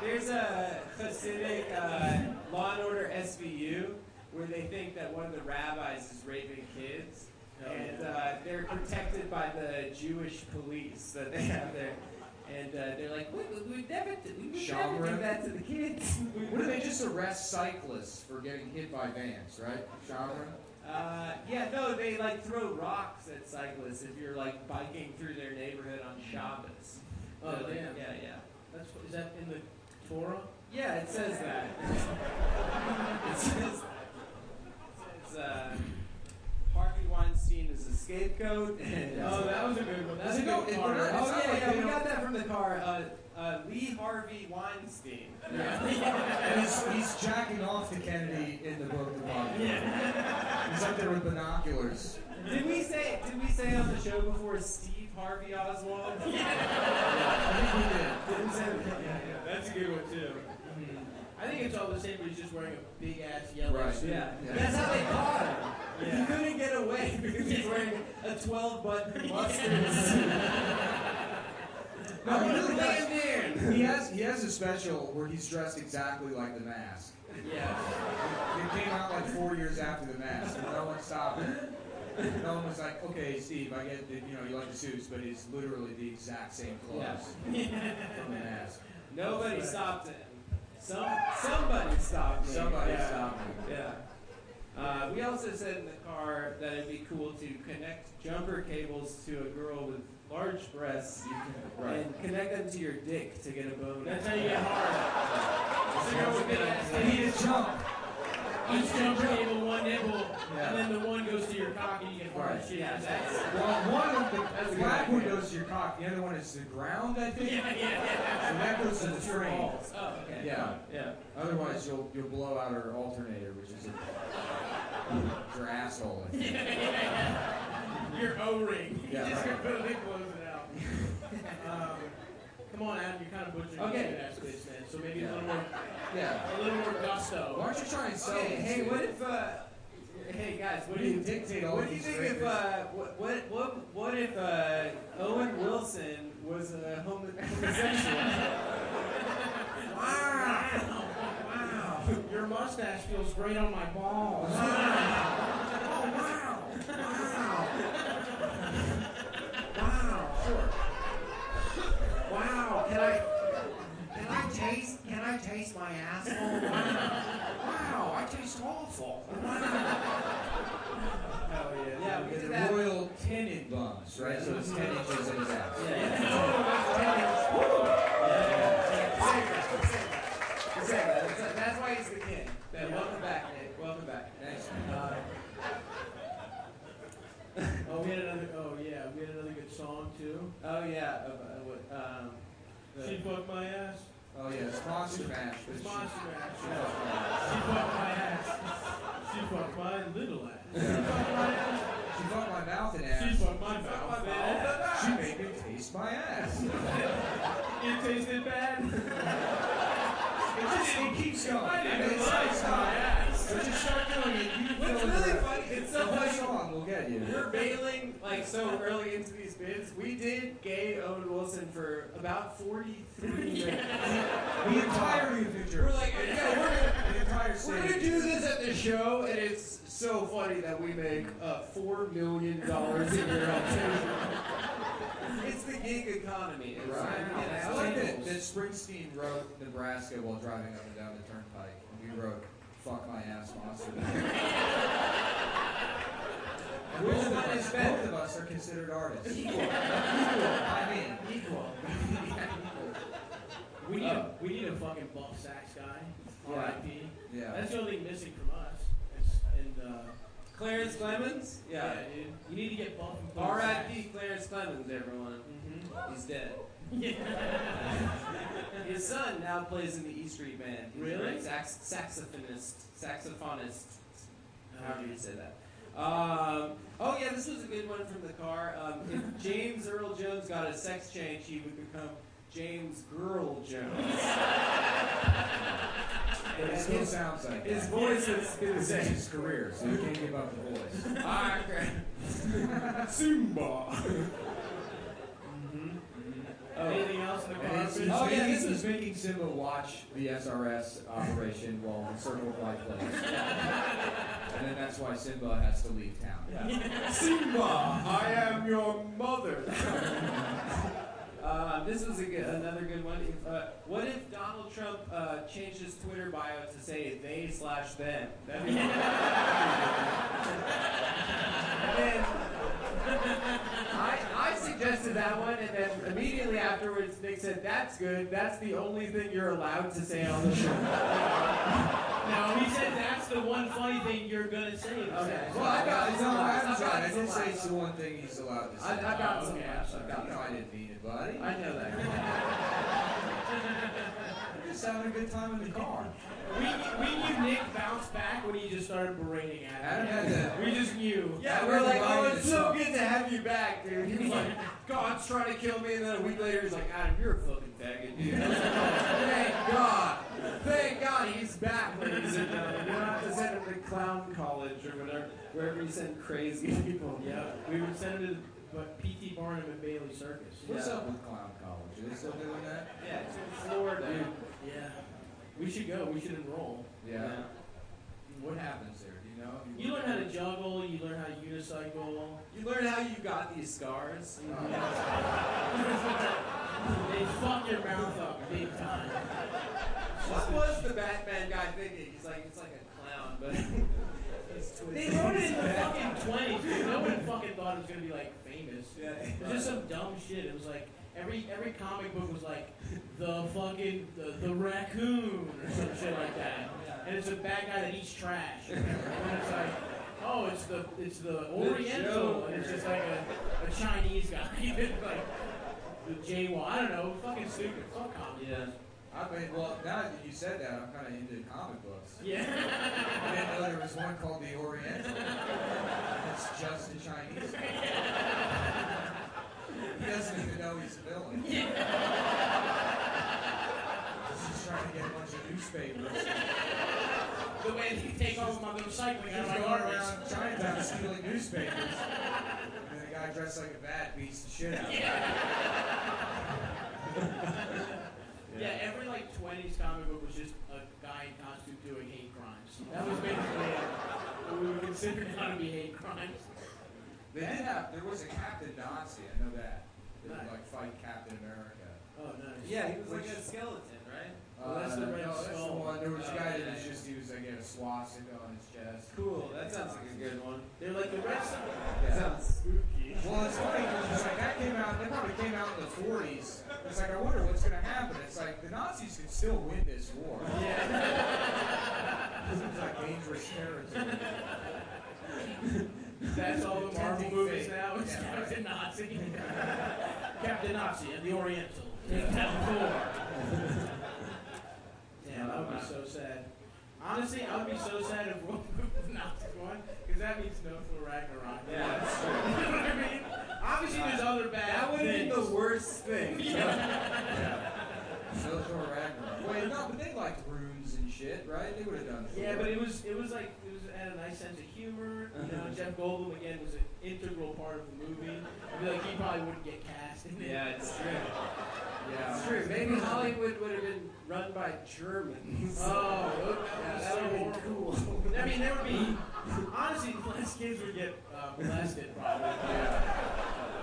there's a Hasidic uh, Law and Order SVU where they think that one of the rabbis is raping kids, and uh, they're protected by the Jewish police that they have there. And uh, they're like, we we would never, do- we would never do
Shamra?
that to the kids.
What do they just arrest cyclists for getting hit by vans, right? Shamra?
Uh, yeah, no, they like throw rocks at cyclists if you're like biking through their neighborhood on Shabbos.
Oh,
They're like,
damn.
Yeah, yeah.
That's, is that in the Torah?
Yeah, it says that. it says it's uh, Harvey Weinstein is a scapegoat. And, uh,
Oh, that was a good one. That's
Is
a
it no-
good
it-
one.
we're not-
right?
it's
oh yeah,
like
yeah,
they
we
don't-
got that from the car. Uh, uh, Lee Harvey Weinstein.
And he's, he's jacking off to Kennedy in the book department. He's up there with binoculars.
Did we say? Did we say on the show before Steve Harvey Oswald? Did we say?
I
that? Yeah,
That's a good one too. I think it's all the same, but he's just wearing a big ass yellow
Right.
suit.
yeah.
Yeah.
That's how they caught him. He
Yeah.
couldn't get away because he's wearing a 12 button mustard suit.
No, he
I'm
really
gonna
does.
lay him there.
He has he has a special where he's dressed exactly like the mask.
Yeah.
It came out like four years after the mask, and no one stopped it. No one was like, "Okay, Steve, I get that you know you like the suits, but it's literally the exact same clothes from the mask."
Nobody stopped him. Some somebody stopped me.
Somebody
yeah.
stopped him.
Yeah. Uh, we also said in the car that it'd be cool to connect jumper cables to a girl with large breasts
Right.
and connect them to your dick to get a bonus.
That's how you get hard. It's the girl with big ass
I need
titties.
a jump.
Each jumper able one nibble,
Yeah.
and then the one goes to your cock, and you get hard as
Right.
shit.
Yeah, that's
Well, one of the the
a good
black one
idea.
goes to your cock. The other one is the ground, I think.
yeah, yeah,
So
yeah.
that goes to the
that's your
frame.
balls. Oh, okay.
Yeah.
Yeah.
Otherwise, you'll you'll blow out her alternator, which is a, your asshole. I think.
Your O-ring.
Yeah,
you just
right.
completely blows it out. um, come on, Adam, you're kind of butchering
Okay.
the ass bitch, man. So maybe
Yeah.
a little more,
Yeah.
a little more gusto.
Why don't you try and sell
Okay,
this
hey,
thing?
what if, uh, hey guys, what
What
do
do
you
you dictate all
What do you
these
think if
records?
uh, what what what, what if uh, Owen Wilson was a homo- homosexual? wow! Wow!
Your mustache feels great on my balls.
Oh wow! Wow! Wow! Sure. Wow! Can I can I taste can I taste my asshole? Wow! I taste awful. Hell Oh, yeah! Yeah, we
With
did
the
that.
royal tenant bumps, right? So it's ten inches in his ass.
That's why he's the king. Man, Welcome back, Nick. Welcome back.
Thanks.
Uh,
Oh, we had another. Oh yeah, we had another good song too.
oh yeah. Uh, uh, what, um, the-
She fucked my ass.
Oh yeah, it's monster mash. But
It's
she-
monster ass.
she fucked my
She fucked my ass. She fucked my little ass. She fucked my ass.
ass. She fucked my mouth and
She
ass.
fucked my mouth. and ass.
She made me taste my ass.
It tasted bad.
It just it keeps going.
I
And
didn't
it's
like
it's
my
not.
ass.
But you start doing it, you
What's
fill in the
really
rest.
funny? It's
The
so
whole
funny.
song will get you.
We're bailing like so early into these bids. We did gay Owen Wilson for about 43 minutes.
The entirety of New Jersey.
We're like, yeah, we're gonna,
the entire
we're
city.
gonna do this at the show, and it's so funny that we make uh, four million dollars a year on TV. It's the gig economy. It's
Right.
yeah,
I
it's
like that,
like-
that Springsteen wrote Nebraska while driving up and down the turnpike. And we wrote, fuck my ass, monster. And both, of us, both of us are considered artists. Equal. Equal. I mean,
Equal. We need a, we need a fucking buff sax guy. R.I.P.
yeah.
That's the only thing missing from us. It's- And uh,
Clarence Clemens? Yeah.
dude. You need to get buff and close.
R.I.P. Clarence Clemens, everyone.
Mm-hmm.
He's dead.
Yeah.
His son now plays in the E Street Band. He's a
Really?
great Sax- saxophonist. Saxophonist. However you say that. Um, oh yeah, this was a good one from the car. Um, if James Earl Jones got a sex change, he would become James Girl Jones.
But it still sounds like
His
that.
voice is
It
the
was
same.
his career, so you can't give up the voice.
Ah, crap.
Simba.
Uh,
Oh.
Anything else in the
And he's, he's
car?
Oh, yeah,
making,
this
he's making Simba watch the SRS operation while the Circle of Life plays. and then that's why Simba has to leave town.
Simba, I am your mother. Uh, this was a good, another good one. If, uh, what if Donald Trump uh, changed his Twitter bio to say they slash them? That'd be And then- I, I suggested that one, and then immediately afterwards, Nick said, That's good. That's the only thing you're allowed to say on the show.
Now he said that's the one funny thing you're gonna say.
Okay.
Well, I got no, I
I've
haven't
got
tried. I did
some
say
lines.
it's the one thing he's allowed to say.
I, I got some
Okay,
laughs. I got
you know, I didn't mean it, buddy.
I know that.
I'm just having a good time in the car.
We, we knew Nick bounced back when he just started berating
Adam
Adam.
had that.
We just knew.
Yeah, we're like, oh, it's so good to have you back, dude. He was like, God's trying to kill me, and then a week later he's like, Adam, you're a fucking faggot, dude. I was like, "Oh, Thank God. Thank God he's back, ladies and gentlemen. You don't have to send him to clown college or whatever, wherever you send crazy people.
Yeah, we would send him to the but P.T. Barnum and Bailey Circus.
What's
Yeah.
up with Clown College? Are they still doing that?
Yeah, it's in Florida.
Dude,
Yeah. We should go. We should enroll.
Yeah. What happens there? Do you know?
You learn how to juggle. You learn how to unicycle.
You learn how you got these scars.
They fuck your mouth up big time.
What was the Batman guy thinking? He's like, it's like a clown, but it's
They
twisted.
wrote it in the fucking twenties. dude. No one fucking thought it was gonna be like famous.
Yeah.
It was just some dumb shit. It was like every every comic book was like the fucking the, the raccoon or some shit like that. And it's a bad guy that eats trash. And it's like, oh, it's the it's the Oriental, and it's just like a, a Chinese guy, like the J-Wall. I don't know, fucking stupid. Fuck comedy.
Yeah.
I mean, well, now that you said that, I'm kind of into comic books.
Yeah.
I didn't know there was one called The Oriental. That's just a Chinese guy. He doesn't even know he's a villain. He's just trying to get a bunch of newspapers.
The way that you take off my little cycling out
He's
of my
going
garbage.
around Chinatown stealing newspapers. And then a guy dressed like a bat beats the shit out of him.
Yeah, every like 20s comic book was just a guy in costume doing hate crimes. That was basically it. what we would consider now to be hate crimes.
They did have, there was a Captain Nazi, I know that. They would like fight Captain America.
Oh, nice.
Yeah, he was like a skeleton, right?
Well, that's the Red
Uh, no, that's the
Skull.
one. There was a guy
Oh,
that was
yeah.
just, he was like, had a swastika on his chest.
Cool. That sounds like a good one.
They're like the rest of
That sounds spooky.
Well, it's funny because it's like that came out. That probably came out in the 40s. It's like I wonder what's going to happen. It's like the Nazis could still win this war. Yeah. Seems like dangerous territory.
that's all the Marvel
Pretending
movies
fake.
now. It's
Yeah, right.
Captain Nazi. Captain Nazi and the Oriental. Take that four. Damn, that would be so sad. Honestly, I would be so sad if World War Nazi won, because that means no for Ragnarok.
Yeah, that's true.
You know what I mean? Obviously, there's other bad
That would have been
things.
the worst thing.
So Thor Ragnarok. Wait, no, but they liked rooms and shit, right? They would have done.
Yeah,
Thor.
but it was it was like it was had a nice sense of humor. You know, Jeff Goldblum again was an integral part of the movie. I feel like he probably wouldn't get cast in it.
Yeah, it's true.
yeah.
It's true. Maybe Hollywood would have been run by Germans.
Oh,
yeah,
that
that
would
would
be
have been
so
cool.
horrible. I mean, there would be honestly less kids would get uh, molested probably. Yeah.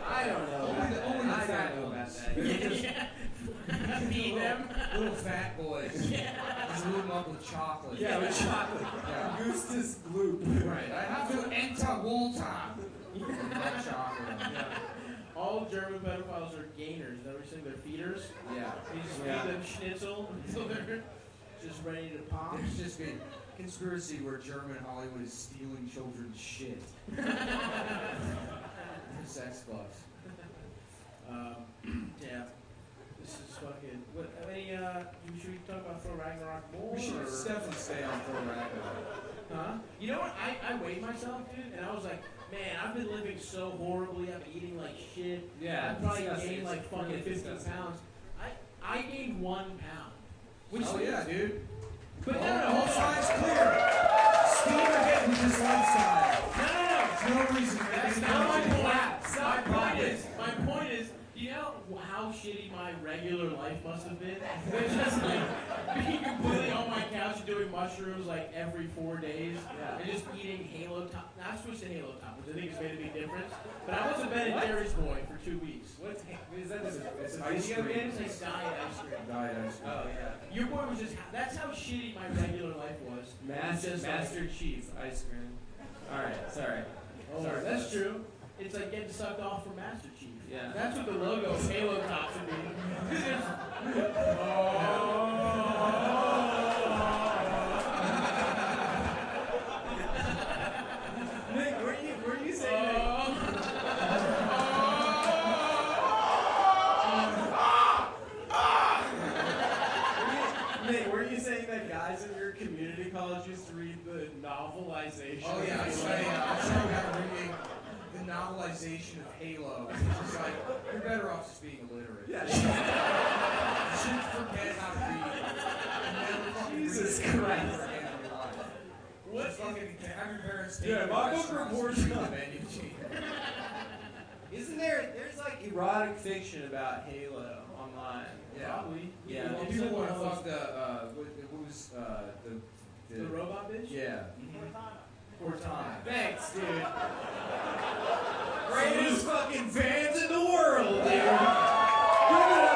I don't know.
Only
about
the-
that.
only the
I
fat
don't know about
ones.
that.
yeah. Feed them.
Little fat boys. Just load 'em up with chocolate.
Yeah, with chocolate.
Yeah.
Goostis Gloop.
Right. I have to enter Walter. Hot chocolate.
All German pedophiles are gainers. Never seen their feeders.
Yeah.
They just
Yeah.
feed them schnitzel until they're just ready to pop.
It's just be conspiracy where German Hollywood is stealing children's shit. For sex bucks.
Um, yeah. This is fucking. What, any, uh, you- should we talk about Thor Ragnarok more?
We should
or-
definitely stay on Thor Ragnarok.
Huh? You know what? I, I weighed myself, dude, and I was like, man, I've been living so horribly. I've been eating like shit.
Yeah,
I probably
disgusting.
gained like
It's
fucking
really
15
disgusting.
pounds. I I gained one pound. Which
Oh yeah, dude.
But no,
All-
no,
all
hold on.
sides clear. Steam ahead with this lifestyle.
No, no, no.
There's no reason for
That's
anything
not my
to
point.
collapse.
My point is, my point is, you know how shitty my regular life must have been? Which is like being completely on my couch and doing mushrooms like every four days and just eating Halo Top. Not supposed to Halo Top, which I think has made a big difference. But I was a Ben and Jerry's boy for two weeks.
What's is that? Is it, is it
Ice
video
cream.
games?
It's like diet ice cream.
Diet ice cream.
Oh yeah.
Your boy was just, that's how shitty my regular life was.
Master,
Just like-
Master Chief ice cream. All right, sorry.
Oh,
Sorry,
that's
that's-
true. It's like getting sucked off from Master Chief.
Yeah.
That's what the logo of Halo Top should be.
Nick, were you were you saying? that-
Oh.
Nick, were you saying that guys in your community college used to read the novelization?
Oh
of
yeah, I
Halo?
say uh, I saw a guy reading the novelization of Halo. It's like you're better off just being illiterate.
Yeah.
You should forget how to read. You never fucking read
Jesus
it ever
Christ.
again in your life.
What
Just fucking have your parents take
Yeah,
you to
my book
restaurants
report's
and read
not-
the menu sheet.
Isn't there? There's like erotic fiction about Halo online.
Yeah.
Probably.
Yeah.
Well,
It's
people
like
want to
one of
fuck the uh, what, what was uh, the
those- The robot bitch?
yeah Cortana.
Thanks, dude. Greatest fucking fans in the world, dude. Give it up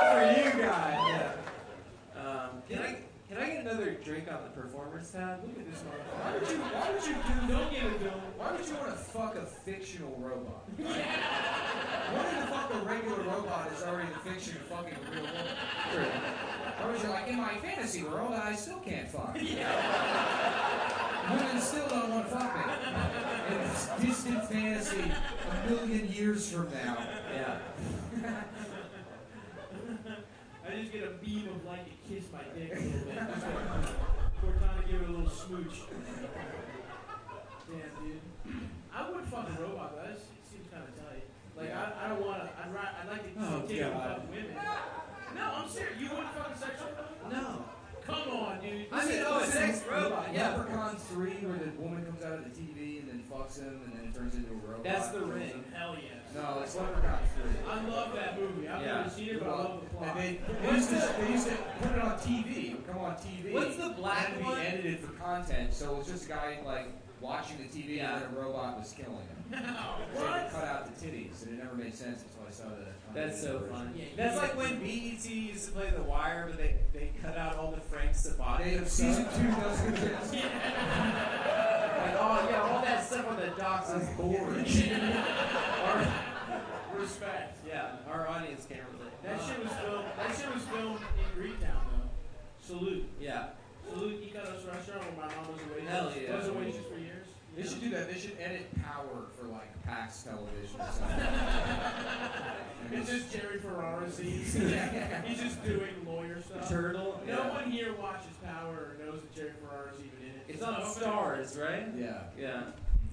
for you guys. Yeah. Um, can I can I get another drink on the performers tab? Look at this one.
Why would you? Why would you do?
Don't give it to him.
Why would you want to fuck a fictional robot? Wanting to fuck a regular robot is already the fiction of fucking a real woman. Or was you like, in my fantasy world, I still can't fuck. Women still don't want to fuck me. In this distant fantasy, a million years from now.
Yeah.
I just get a beam of light to kiss my dick a little bit. Just like, Cortana give it a little smooch. Damn, dude. I would fuck a robot, but that just seems kind of tight. Like, I, I don't want to. I'd, ri- I'd like to
Oh,
take
God.
fuck women. No, I'm serious. You wouldn't fuck a sexual robot?
No.
Come on, dude.
I mean, oh, a sex robot. Yeah.
Leprechaun 3, where the woman comes out of the TV and then fucks him and then turns into a robot.
That's the ring. Oh,
Hell yes.
No, it's Leprechaun 3.
I love that movie. I've
Yeah.
never seen it, but I love the plot.
And they, they, used to, they used to put it on TV. It would come on TV.
What's the black
and it would
one?
be edited for content, so it was just a guy like watching the TV
Yeah.
and then a robot was killing him. So they
What?
cut out the titties, and it never made sense until I saw the.
That's so
unedited version.
fun. That's like when BET used to play The Wire, but they, they cut out all the Frank
They,
Sabatia
season
stuff.
two doesn't exist.
Like, oh yeah, all that stuff on the docks is boring. our,
Respect.
yeah, our audience can't relate.
That shit was filmed. That shit was filmed in Greektown, though. Salute.
Um, Yeah.
Salute Icaros restaurant where my mom was a waitress.
Hell yeah.
Was a waitress for years.
They should do that. They should edit Power for like PAX television or something.
It's just Jerry Ferrara scenes. He's just doing lawyer stuff.
Turtle.
No
Yeah.
one here watches Power or knows that Jerry Ferrara's even in it.
It's on
So-
stars, right?
yeah.
Yeah.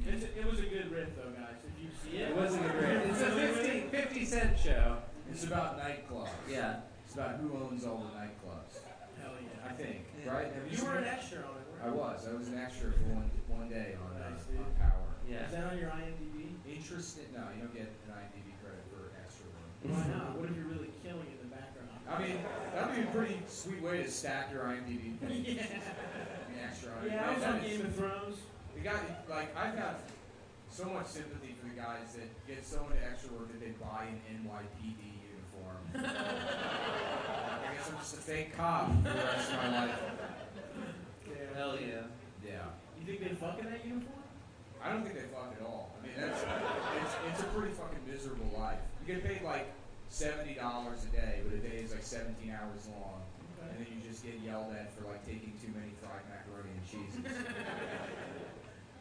It's a, it was a good riff though, guys. If you see it,
It wasn't great. It's a 50, 50 cent show.
It's about nightclubs.
Yeah.
It's about who owns all the nightclubs.
Hell yeah.
I think. Right? Have
You
seen
were
it?
an extra on it.
I
Weren't
was. I was an extra for one, one day on, uh,
Nice, dude.
on Power.
you?
Yeah.
Is that on your IMDb?
Mm-hmm. Interested? No, you don't get an IMDb credit for extra work.
Why not? What if you're really killing in the background?
I mean, that'd be a pretty sweet way to stack your IMDb. thing.
yeah.
An extra.
Yeah, I was on
that is-
Game of Thrones.
The guy, like, I've got so much sympathy for the guys that get so into extra work that they buy an NYPD uniform. I guess I'm just a fake cop for the rest of my life.
Yeah.
Hell yeah.
Yeah.
You think they fuck in that uniform?
I don't think they fuck at all. I mean, that's it's, it's a pretty fucking miserable life. You get paid like seventy dollars a day, but a day is like seventeen hours long, and then you just get yelled at for like taking too many fried macaroni and cheeses.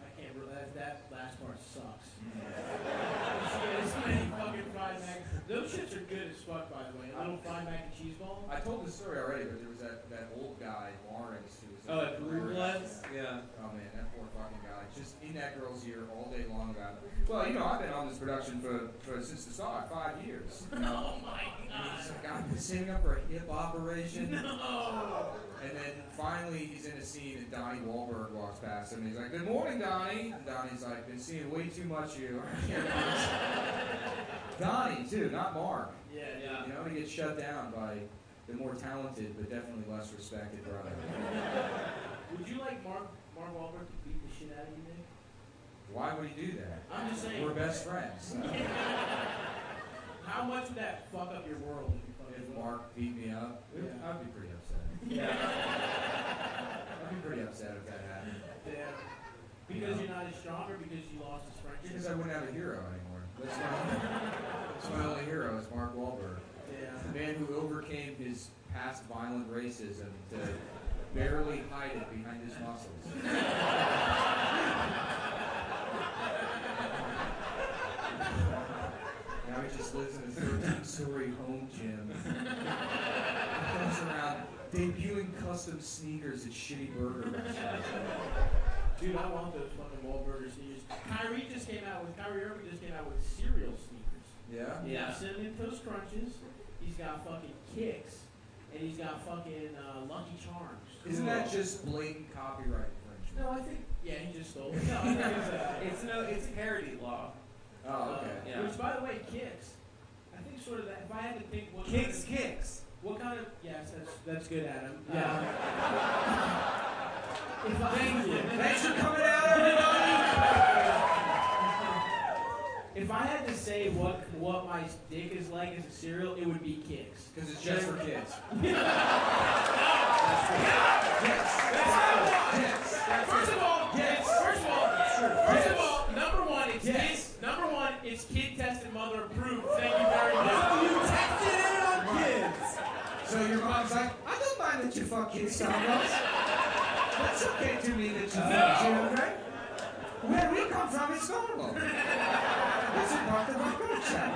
I can't believe that, that last part sucks. Shit, it's many fucking fried mac. Those shits are good as fuck, by the way. A little fried mac and cheese ball.
I told the story already, but there was that, that old guy Lawrence who was.
Oh, at Blue Bloods?
Yeah. Oh man, that poor fucking guy, just in that girl's ear all day long about. Well, you know, I've been on this production for, for since the start, five years.
Oh my
And
god.
He's like, I've been saving up for a hip operation.
No.
And then finally, he's in a scene, and Donnie Wahlberg walks past him. And he's like, "Good morning, Donnie." And Donnie's like, "Been seeing way too much of you." I can't believe- Donnie too, not Mark.
Yeah, yeah.
You know, he gets shut down by the more talented but definitely less respected brother.
Would you like Mark Mark Wahlberg to beat the shit out of you, Nick?
Why would he do that?
I'm just saying.
We're best friends.
How much would that fuck up your world if you fucking
If Mark beat me up,
Yeah.
I'd be pretty upset.
Yeah.
I'd be pretty upset if that happened
yeah. Because you're not as strong or because you lost his
because
friendship?
I wouldn't have a hero anymore. That's my, that's my only hero is Mark Wahlberg.
Yeah.
The man who overcame his past violent racism to barely hide it behind his muscles. now he just lives in a 13 story home gym. Comes around debuting custom sneakers at shitty burger restaurants.
Dude, I want those fucking Wahlburger sneakers. Kyrie just came out with Kyrie Irving just came out with cereal sneakers.
Yeah?
He's got cinnamon toast crunches. He's got fucking kicks, and he's got fucking uh, Lucky Charms.
Isn't that just blatant copyright infringement?
No, I think. Yeah, he just stole. it. No, I think it's, uh,
It's no, it's parody law.
Oh, okay.
uh,
Yeah.
Which, by the way, kicks. I think sort of that. If I had to think, what
Kicks,
Kind
kicks.
of, what kind of? Yes, that's that's good, Adam.
Yeah.
Uh, if I thank
Thanks for coming out, everybody!
If I had to say what what my dick is like as a cereal, it would be kicks.
Because it's just for kids.
First of all,
Yes.
First of all, first of
Yes.
all, number one, it's
Yes.
kid. Number one, it's kid tested, mother approved. Thank you very much.
you texted it on Oh, kids.
So your mom's like, I don't mind that you fuck kids, Starbucks. That's okay to me that you fuck children. Where we come from is normal. That's a part of our culture.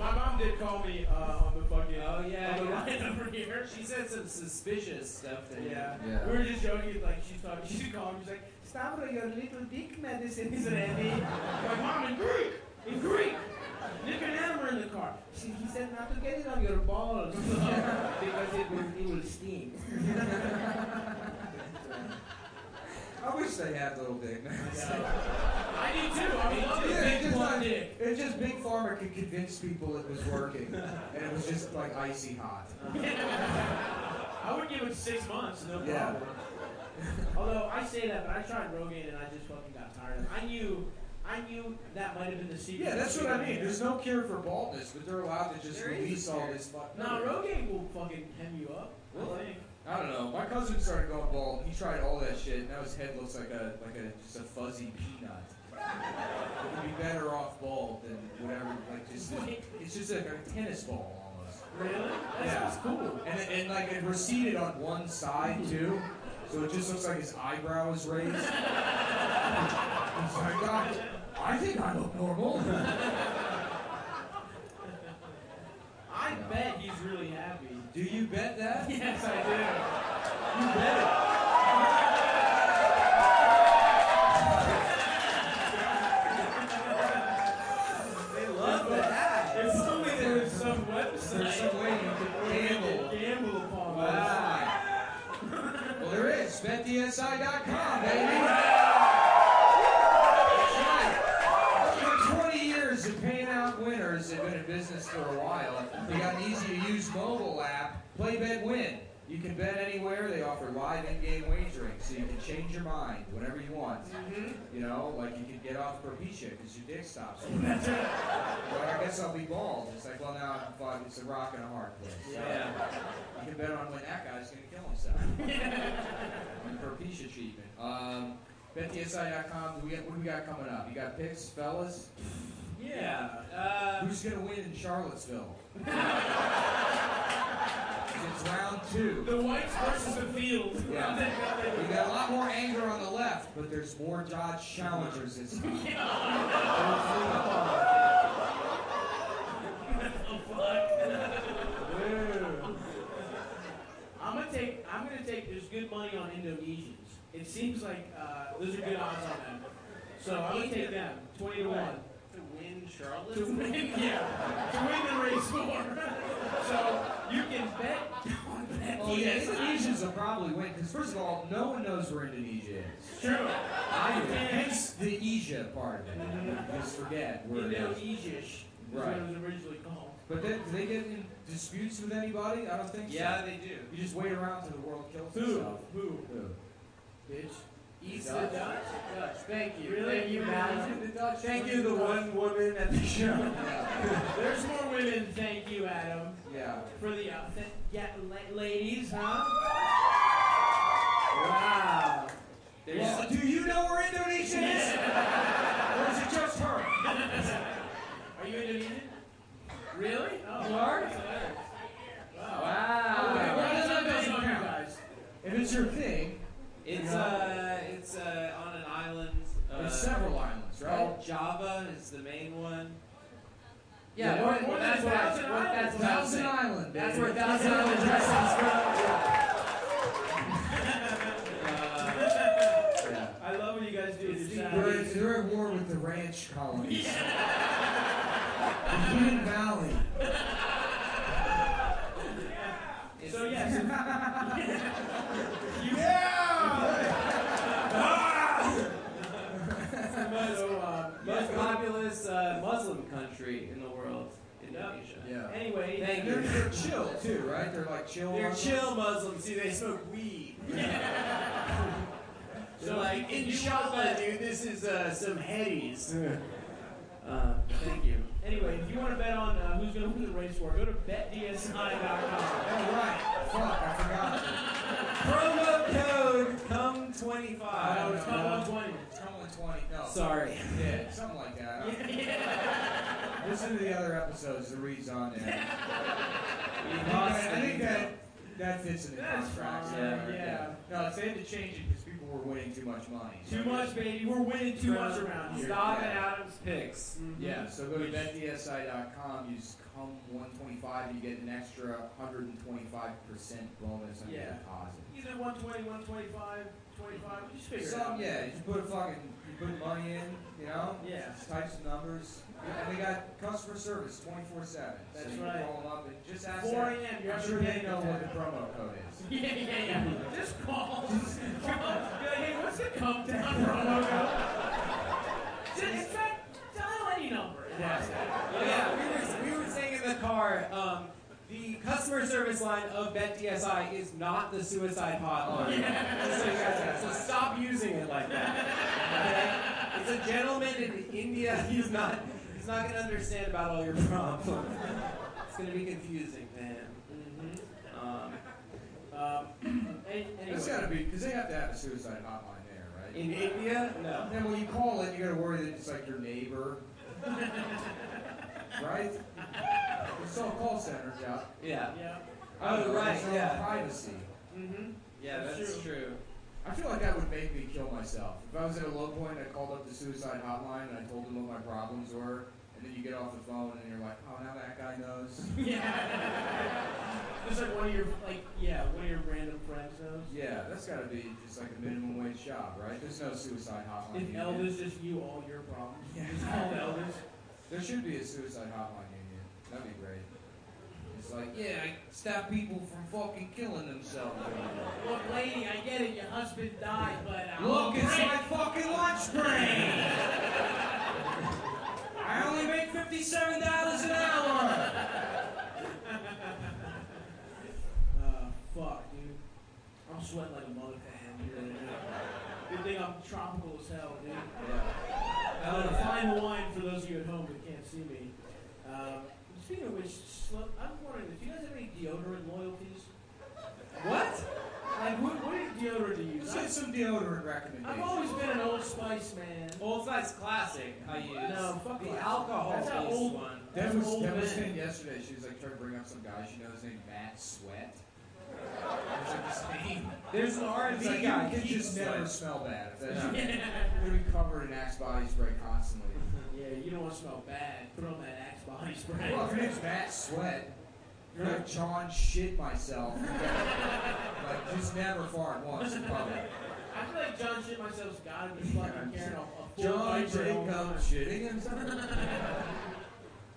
My mom did call me uh, on the fucking.
Oh,
on
yeah,
the
yeah.
line over here.
She said some suspicious stuff to him.
Yeah.
Yeah.
We were just joking, like she's talking. She's calling. She's like, Stavro, your little dick medicine is ready. My mom in Greek, in Greek. Nick and Anna were in the car. She, he said not to get it on your balls because it will, it will steam.
I wish they had little dick nuts.
I do too. I would love to
Yeah,
big
just
one
like-
dick.
It's just Big Pharma could convince people it was working, and it was just like icy hot.
I would give it six months, no
Yeah.
problem. Although I say that, but I tried Rogaine and I just fucking got tired of it. I knew, I knew that might have been the secret.
Yeah, that's what I mean. There's no cure for baldness, but they're allowed to just
There is a
release all
cure.
this fuck.
Nah, Rogaine will fucking hem you up. I
Really?
think.
I don't know. My cousin started going bald. He tried all that shit. Now his head looks like a like a just a fuzzy peanut. It would be better off bald than whatever. Like just
Wait.
it's just like a tennis ball almost.
Really? That
Yeah.
sounds cool.
And it, and like it receded on one side too, so it just looks like his eyebrow is raised. He's like, God, I think I look normal.
I bet he's really happy.
Do you bet that?
Yes, I do.
You bet it.
They love that.
It's only there is some
There's
website.
some way you can gamble.
Gamble upon us.
Wow. well, there is. BetDSI.com, baby. That's right. Over 20 years of paying out winners. They've been in business for a while. They got an easy to use mobile app, Play Bet Win. You can bet anywhere. They offer live in game wagering, so you can change your mind whenever you want. You know, like you can get off Propecia because your dick stops. well, I guess I'll be bald. It's like, well, now I'm fucked. It's a rock and a hard place.
Yeah.
You can bet on when that guy's going to kill himself. on the Propecia E treatment. E Um, BetDSI.com, do we got, what do we got coming up? You got picks, fellas?
Yeah. Uh,
Who's gonna win in Charlottesville? it's round two.
The whites versus the fields.
Yeah. We got a lot more anger on the left, but there's more Dodge Challengers this time. Oh,
I'm gonna take. I'm gonna take. There's good money on Indonesians. It seems like uh, those are good odds on them. So I'm gonna take them. Twenty to one.
to win Charlotte?
To win, yeah, to win the race war. So you can bet on that.
Oh yeah, Indonesians will probably win because first of all, no one knows where Indonesia is.
True.
I do. Hence the Asia part of it. Just forget where it is.
Indonesia is what
Right.
it was originally called.
But then, do they get in disputes with anybody? I don't think
Yeah,
so.
they do.
You just wait around till the world kills
Who?
itself.
Who?
Who?
Bitch.
East
Dutch.
the Dutch. Dutch. Thank you.
Really?
Thank you,
East
Madison.
of the Dutch?
Thank you, the one woman at the show.
There's more women. Thank you, Adam,
Yeah.
for the outfit. Yeah, la- ladies, huh?
wow. There's
Well, do you know where Indonesia is? Or is it just her?
Are you Indonesian? Really? Oh,
You are?
wow.
Oh, wait,
Wow.
what does that mean on you guys?
If it's your thing,
It's uh, it's uh, on an island. Uh,
there's several islands, right?
Called Java is the main one.
Yeah, more-
more
that's
than
what I-
Thousand
what- that's what I was
Thousand
saying.
Island.
That's
baby.
where Thousand Island dresses
Yeah.
I love what you guys do.
It's
with your
the-
sound.
We're at, they're at war with the ranch colonies. The Hidden Valley.
So yes. you,
from. So, uh, most populous uh, Muslim country in the world, Indonesia.
Yeah.
uh, Anyway,
Thank
They're,
you.
they're chill too, right? They're like chill.
They're
on-
chill Muslims. See, they smoke weed.
So
so like,
you- you-
inshallah, dude, this is uh, some headies. uh, thank you.
Anyway, if you want to bet on uh, who's going to win the race war, go to betdsi.com.
Oh right. Fuck, I forgot.
Promo code come25.
Oh, it's
no,
not 120.
It's only twenty. No.
Sorry.
Yeah, something like that. Listen to the other episodes. The reads on there. I think that that fits in the
That's
contract.
fine,
somewhere,
yeah.
No, it's- they had to change it because people were winning too much money. so-
Too much, baby. We're winning too much around here. Mm-hmm.
Stop at Adam's picks.
Yeah, so go to betdsi.com, use cum125, and you get an extra 125% bonus on your
Yeah.
deposit.
Either 120, 125, 25. We just figure it
Some,
out.
yeah, you just put a fucking, you put money in, you know?
Yeah.
Just type some numbers. And they got customer service 24 7.
That's
so you
right.
Can call them up and just ask
4
them.
a.m. You're
I'm
up
sure
to
they
date
know
on
what the
that.
promo code is.
Yeah, yeah, yeah. Just call. Just call. Be like, hey, what's the come down promo code? Just, in fact, dial any number.
Oh, Yeah, we were, we were saying in the car, um, the customer service line of BetDSI is not the suicide hotline. Just so, you guys know. So stop using it like that. Okay? It's a gentleman in India. He's not. He's not going to understand about all your problems. It's going to be confusing, man. Um,
Mm-hmm. Um, any-
It's
anyway.
gotta be, because they have to have a suicide hotline there, right?
in India, no.
And then when you call it, you gotta worry that it's like your neighbor. right? There's still call centers out.
Yeah.
Yeah.
Oh, right.
There's no
Yeah.
Privacy.
Mm-hmm.
Yeah,
That's
that's true.
I feel like that would make me kill myself. If I was at a low point, I called up the suicide hotline and I told them what my problems were, and then you get off the phone and you're like, oh, now that guy knows.
Yeah. Just like one of your like yeah, one of your random friends knows.
yeah, that's gotta be just like a minimum wage job, right? There's no suicide hotline.
If
union.
Elvis just you all your problems.
Yeah.
Just call Elvis.
There should be a suicide hotline union. That'd be great. It's like, yeah, I stop people from fucking killing themselves.
Look, lady, I get it, your husband died, but I'm
Look,
on
it's
break.
my fucking lunch break. I only make fifty-seven dollars an hour.
uh, fuck, dude. I'm sweating like a motherfucker. dude, right now. Good thing I'm tropical as hell, dude. I'm gonna find Hawaiian for those of you at home that can't see me. Um, speaking of which, Slim, I'm wondering if you guys have any deodorant loyalties.
What?
Like, what, what deodorant do you use?
So
me some deodorant
I've
recommendations.
always been an Old Spice man.
Oh,
Old Spice Classic, I use.
No, fuck
the
Classic.
alcohol
That's how
based
old-
one.
That was,
old
that was
man.
Finn yesterday. She was like trying to bring up some guy she knows named Matt Sweat. It's like his name.
There's an R and
It's
B
like,
guy.
you can
Keith
just never
Sweat.
smell bad. If that's You're gonna be covered in Axe body spray constantly.
Yeah, you don't want to smell bad. Put on that Axe body spray.
Well, if your name's Matt Sweat, you're like John shit myself. like just never fart once in public.
I feel like John shit myself's gotta be fucking carrying a, a full
John
diaper at all
Jacob
times.
shitting himself.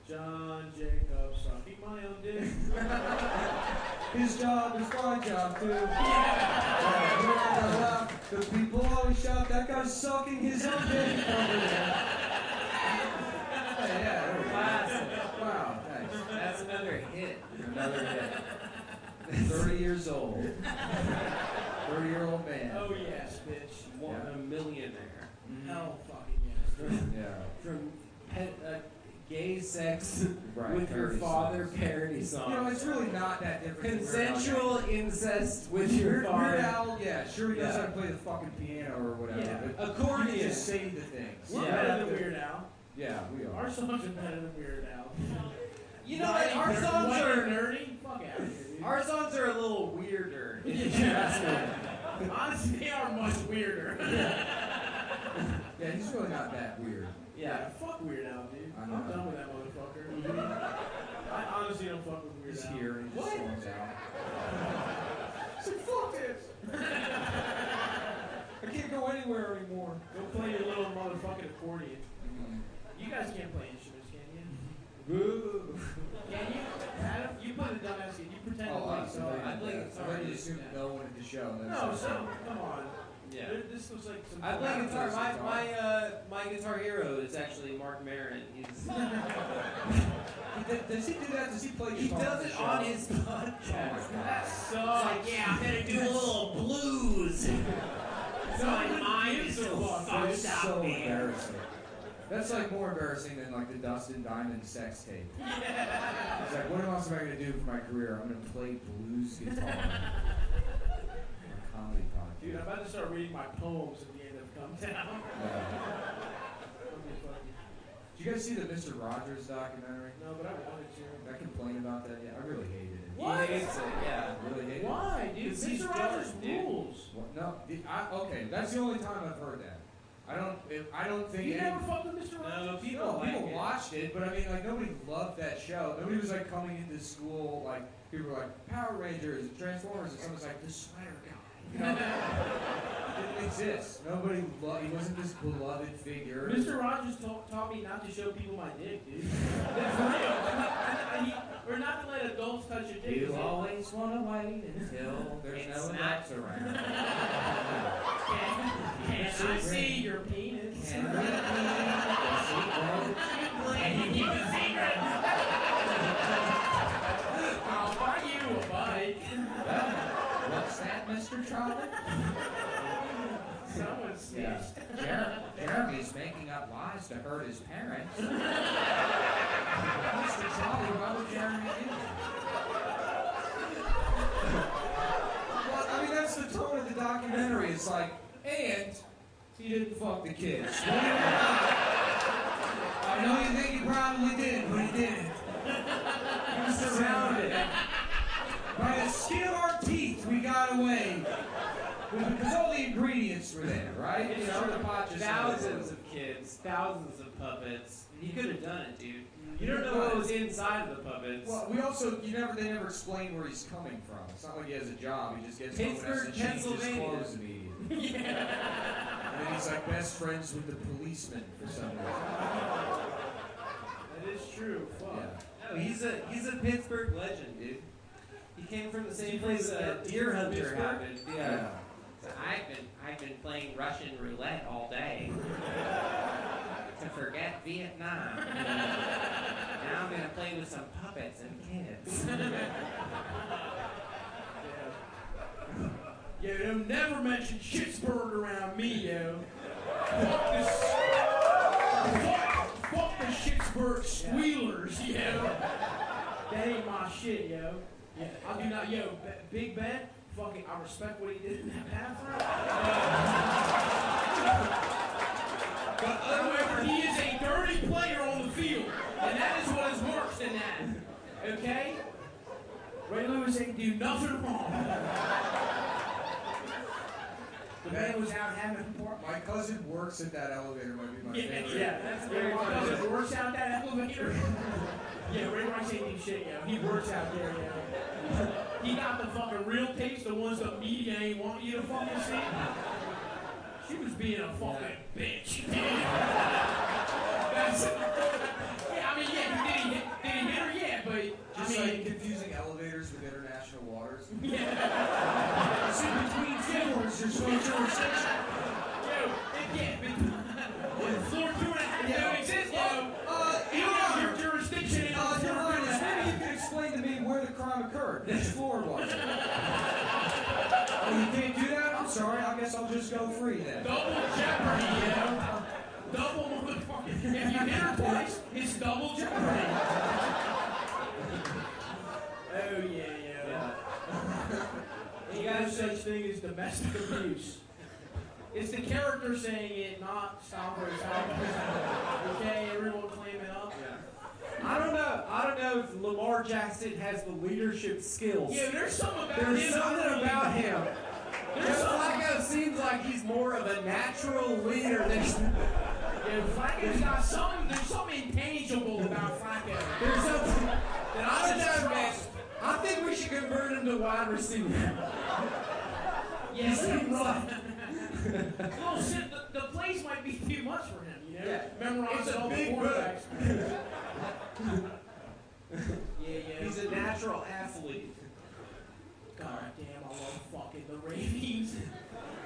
John Jacob sucking my own dick.
His job is my job too. Uh, The people always shout that guy's sucking his own dick over there. Hey, yeah, there we go. Wow, thanks.
That's another hit.
Another day. Thirty years old. Thirty year old man.
Oh yes, bitch.
One
Yeah.
a millionaire.
Mm.
Hell fucking yes.
Yeah.
From pet, uh, gay sex
Right,
with your
parody
father
songs.
parody
You know,
song.
it's really not that different. than Weird Al
Consensual incest with
Yankovic.
your
Weird, Weird
father.
Al, yeah, sure he knows
Yeah.
how to play the fucking piano or whatever.
Yeah.
But you can
Accordion.
just say the things.
We're
Yeah.
better than Weird Al.
Yeah, we are.
Our songs are better than Weird Al.
You know what? Our
White and
songs
white and
are
nerdy. Fuck out of here, dude.
our songs are a little weirder.
Honestly, they are much weirder.
Yeah, he's really not that weird.
Yeah.
Fuck Weird Al, dude.
I
I'm
know.
done with that motherfucker.
Mm-hmm.
I honestly don't fuck with Weird
He's
Al.
here and he just
What?
storms out.
Fuck this.
I can't go anywhere anymore.
Go play your little motherfucking accordion. You guys can't play instruments, can you?
Boo.
Can you? Adam, you play the dumbass game. You pretend to
Oh,
play
I'm sorry.
guitar.
I play
yeah.
guitar.
I thought you assumed no one at the show. That's
No, so come on.
Yeah.
There- This looks like some.
I play guitar. My
Guitar.
my uh, my guitar hero is actually Mark Maron. He's,
Does- Does he do that? Does he play
he
guitar at
does
the
it
show?
on his
Oh my
podcast.
god.
So like, yeah, I'm gonna do a little blues. so my mind is so
That is
fucked up,
so
man.
embarrassing. That's like more embarrassing than like the Dustin Diamond sex tape. It's like, what else am I going to do for my career? I'm going to play blues guitar. On a comedy podcast.
Dude, I'm about to start reading my poems at the end of Come Down.
Yeah.
That'd be fucking-
Did you guys see the Mr. Rogers documentary?
no, but I wanted to.
I complained about that. Yeah, I really hated it.
What?
He hates it.
I
Yeah.
really hated it.
Why, dude?
Because he's
Mr. Rogers
dark, dude.
rules.
What? No, the- I, okay, that's the only time I've heard that. I don't. It, I don't think.
You
any-
never fucked with Mr. Rogers.
No, people
no,
like
people
it.
watched it, but I mean, like nobody loved that show. Nobody was like coming into school like people were like Power Rangers and Transformers, and someone's like the Sweater Guy. You know, it didn't exist. Nobody loved. He wasn't this beloved figure.
Mr. Rogers taught, taught me not to show people my dick, dude. That's for real. He- or not to let adults touch your dick. He
You
said,
always want to wait until there's
It's
no one
not-
else around.
Can, can I see your penis?
Can we please-
And you keep it secret. I'll buy you a bike.
What's that, Mr. Trotter?
Someone
Yeah.
snitched.
Jer- Jeremy's making up lies to hurt his parents. What's the problem? Why would Jeremy do that? Well, I mean, that's the tone of the documentary. It's like, and he didn't fuck the kids. I know you think he probably did, but he didn't. He was surrounded. By the skin of our teeth, we got away. Because all the ingredients were there, right?
It's
You know, the pot just
Thousands of kids, thousands of puppets. He could have done it, dude. You don't know
Well-
what was inside of the puppets.
Well, we also you never they never explain where he's coming from. It's not like he has a job. He just gets home
Pittsburgh,
and has to change his
Pennsylvania.
clothes immediately. And then he's like best friends with the policeman for some reason.
That is true. Fuck.
Oh.
Yeah.
No, he's a he's a Pittsburgh legend, dude. He came from the same place uh, Deer Hunter
Pittsburgh?
happened.
Yeah.
Yeah. So I've been I've been playing Russian roulette all day to forget Vietnam. now I'm gonna play with some puppets and kids.
Yo, don't never mention Shitsburg around me, yo. Fuck this. Fuck, fuck the Shitsburg squealers, yo. That ain't my shit, yo. Yeah, I do not, yo, B- Big Ben, fucking, I respect what he did in that bathroom. But however, he is a dirty player on the field, and that is what is worse than that. Okay? Ray Lewis ain't do nothing wrong.
The man was out having a party. My cousin works at that elevator. Might be my
Yeah,
favorite.
yeah, that's Ray Lewis. It works out that elevator. yeah, Ray Rice ain't do shit, yo. He works out there, yo. He got the fucking real tapes, the ones that media ain't want you to fucking see. She was being a fucking bitch. That's- yeah, I mean, yeah, did he, hit, did he hit her? Yeah, but
Just
I mean,
like confusing elevators with international waters.
Yeah.
It's in between floors. There's no jurisdiction.
Yo, it- yeah, but- Floor two and a half
Yeah.
don't exist, yo.
Uh,
You don't have your jurisdiction in
Uh,
all
Your
floor two and a
Honor, maybe you
half.
could explain to me where the crime occurred. Which floor was it? oh, you can't do that? I'm sorry. I guess I'll just go free then.
Double jeopardy, yo. Double motherfucking. If you hit her twice, it's double jeopardy. Oh, yeah, yeah. You got such thing as domestic abuse. It's the character saying it, not Salvador Salvador. Okay, everyone claim it up.
I don't know. I don't know if Lamar Jackson has the leadership skills.
Yeah, there's something about him.
There's something
really-
about him.
There's
Joe
something.
Flacco seems like he's more of a natural leader than
Yeah, Flacco's got some. There's something intangible about Flacco.
there's something.
That
I
I
don't
just
know, man.
trust.
I think we should convert him to wide receiver.
Yes,
Seems
yeah,
like-
Well, shit, the, the plays might be too much for him. You know,
Yeah.
memorizing
It's a
all the
big
quarterbacks. yeah, yeah.
He's a natural athlete.
God damn, I love fucking the Ravens.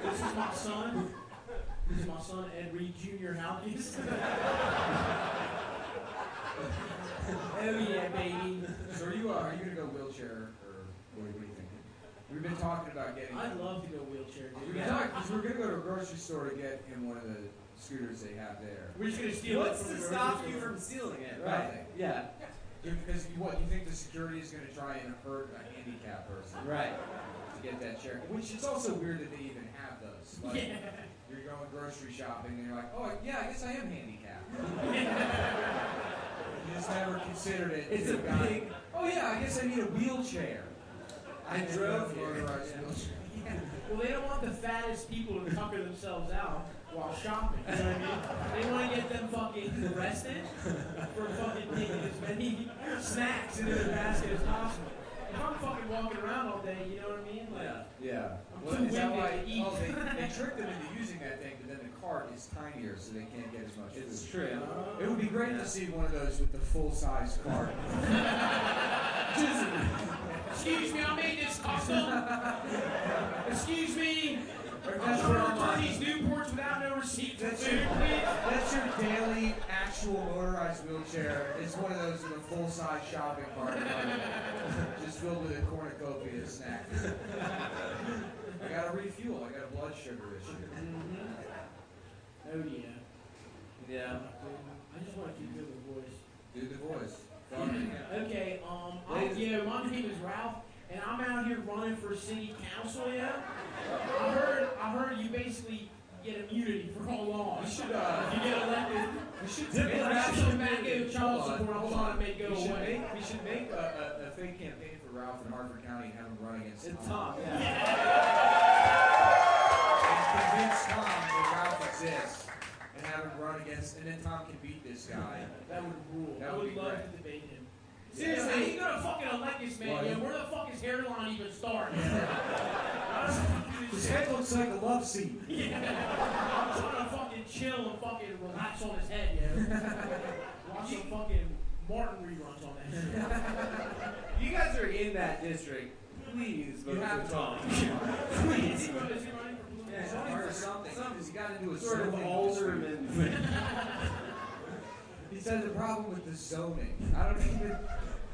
this is my son. This is my son, Ed Reed Jr. Hopkins. oh yeah, baby.
So are you, uh, are you going to go wheelchair or what, what do you think? We've been talking about getting.
I'd love to go wheelchair,
We've
dude.
been talking because we're going to go to a grocery store to get him one of the scooters they have there.
We're just gonna steal
What's
it from
to
the
stop
grocery
you
store.
from stealing it, right?
Nothing.
Yeah,
Yeah, Because you- what, you think the security is going to try and hurt a handicapped person
right.
to get that chair? Which is also weird that they even have those. Like,
Yeah.
You're going grocery shopping and you're like, oh, yeah, I guess I am handicapped. you just never considered it.
It's
You
a
got-
big.
Oh, yeah, I guess I need a wheelchair.
I drove here.
motorized wheelchair.
Well, they don't want the fattest people to tucker themselves out while shopping. You know what I mean? They want to get them fucking arrested for fucking taking as many snacks into their basket as possible. If I'm fucking walking around all day, you know what I mean? Like,
Yeah.
Yeah.
I'm
Well,
too
is that
winded
why?
to eat.
Oh, they, they tricked them into using that thing, but then the cart is tinier, so they can't get as much
It's
food.
true.
It would be great to see one of those with the full-size cart.
Excuse me, I made this custom. Excuse me,
Or
I'm
that's,
trying to
your,
return these Newports without no receipt for
That's
food,
your-
please.
that's your daily actual motorized wheelchair. It's one of those with a full-size shopping cart, in front of it, just filled with a cornucopia of snacks. I gotta refuel. I got a blood sugar issue.
Oh yeah.
Yeah.
I just want to keep doing the voice.
Do the voice.
Okay, um, I, yeah, my name is Ralph, and I'm out here running for city council, yeah? I heard, I heard you basically get immunity for all
We
laws.
should. Uh,
If you get elected,
We should
Zip
make-
it
we
up,
should
come back
make-
in, child
hold on,
support, I'm
hold
trying
on.
to make it
We should
away.
make- We should make a, a, a fake campaign for Ralph in Harford County and have him run against
It's
Tom.
Tom. Yeah.
And convince Tom that Ralph exists and have him run against, and then Tom can beat this guy.
that would rule.
That
I
would
would
be
love
great.
to debate him. Seriously, how you gonna fucking elect this man,
Why?
yeah? Where the fuck his hairline even start? How does he do
His
this
head looks like a love seat.
I'm trying to fucking chill and fucking relax on his head, yo. Watch some fucking Martin reruns on that shit.
You guys are in that district. Please vote
You have
for
to.
Tom.
Is he running for blue?
Yeah.
Or something, because you gotta do a
Sort of
zoning
alderman. thing.
dispute. He said the problem with the zoning. I don't even.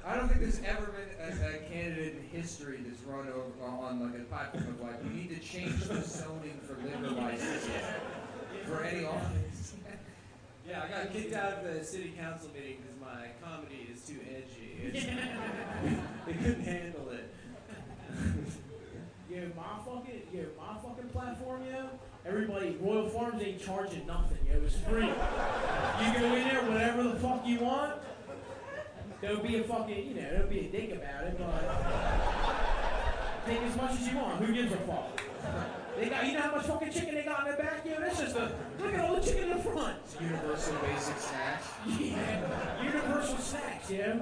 I don't think there's ever been a, a candidate in history that's run over on like a platform of like we need to change the zoning for liquor licenses for any office.
Yeah, I got kicked out of the city council meeting because my comedy is too edgy. It's- They couldn't handle it.
Yeah, platform, yo, everybody, Royal Farms ain't charging nothing, yo. It's free. you go in there, whatever the fuck you want. There'll be a fucking, you know, there'll be a dick about it, but take as much as you want. Who gives a fuck? They got, you know how much fucking chicken they got in the back, yo. That's just a look at all the chicken in the front.
Universal basic snacks.
Yeah, universal snacks, yeah.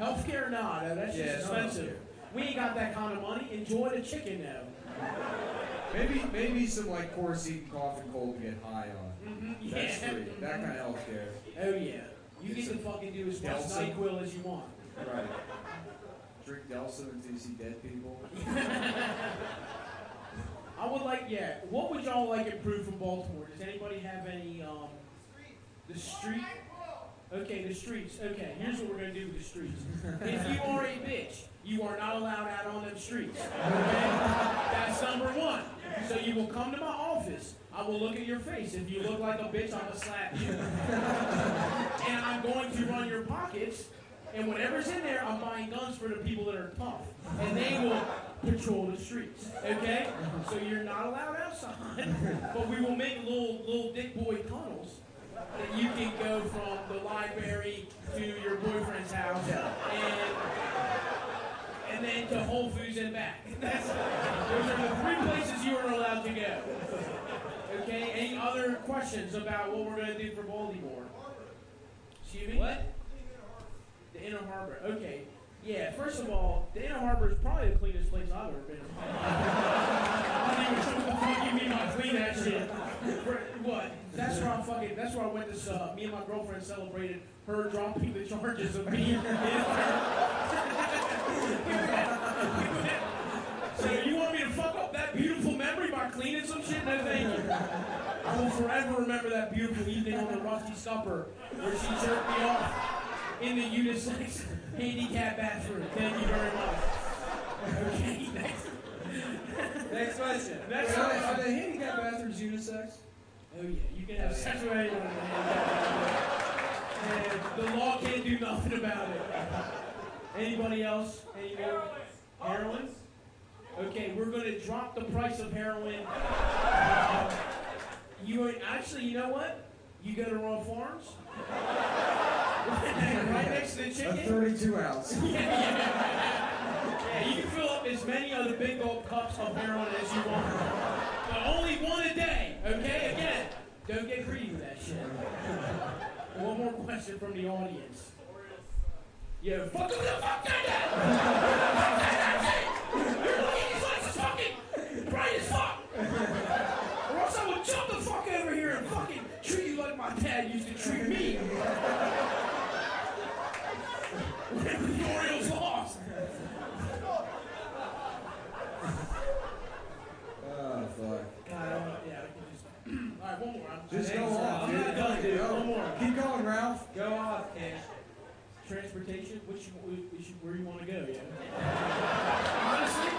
Healthcare, nah, no, that's
Yeah,
just
it's not
expensive. We ain't got that kind of money. Enjoy the chicken now.
Maybe maybe some like coarse eating cough and cold to get high on. That's
Yeah.
free. That kind of healthcare.
Oh yeah, you get to fucking do as much
Delta.
Nyquil as you want.
Right. Drink Delta until you see dead people.
I would like, yeah. What would y'all like improved from Baltimore? Does anybody have any? Um, the street. Okay, the streets. Okay, here's what we're gonna do with the streets. if you are a bitch, you are not allowed out on them streets. Okay? That's number one. So you will come to my office. I will look at your face. If you look like a bitch, I'm gonna slap you. and I'm going to run your pockets. And whatever's in there, I'm buying guns for the people that are tough. And they will patrol the streets. Okay? So you're not allowed outside. but we will make little little dick boy tunnels that you can go from the library to your boyfriend's house and and then to Whole Foods and back. That's, those are the three places you are allowed to go. Okay? Any other questions about what we're gonna do for Baltimore? Excuse me? What? The Inner Harbor. Okay. Yeah, first of all, the Inner Harbor is probably the cleanest place I've ever been. I don't even know what the fuck you mean by clean that shit. What? That's where I'm fucking. That's where I went to. Uh, me and my girlfriend celebrated her dropping the charges of me. so you want me to fuck up that beautiful memory by cleaning some shit? No, thank you. I will forever remember that beautiful evening on the Rusty Supper where she jerked me off in the unisex handicap bathroom. Thank you very much. Okay, next,
Next question.
next
Are,
one.
are the handicap bathrooms unisex?
Oh yeah, you can have sex with anyone. And the law can't do nothing about it. Anybody else? Anyone? Heroin? Okay, we're gonna drop the price of heroin. Um, you are- actually, you know what? You go to Raw Farms. right next to the
A
chicken.
32 ounce.
Yeah, you can fill up as many of the big old cups of heroin as you want. But only one a day, okay? Again, don't get greedy with that shit. One more question from the audience. Yeah, fuck who the fuck did that? Who the fuck did that shit? Your lady's lights is fucking bright as fuck. Or else I would jump the fuck over here and fucking treat you like my dad used to treat me. the Orioles lost.
Oh fuck.
God, I don't know. Yeah, I can just. All right, one more. I'm
Just go
Thanks,
off,
I'm
dude.
not done, dude.
Go.
One more.
Keep going, Ralph.
Go off, Cash. Transportation, which, you- which you- where you want to go, yeah. Honestly,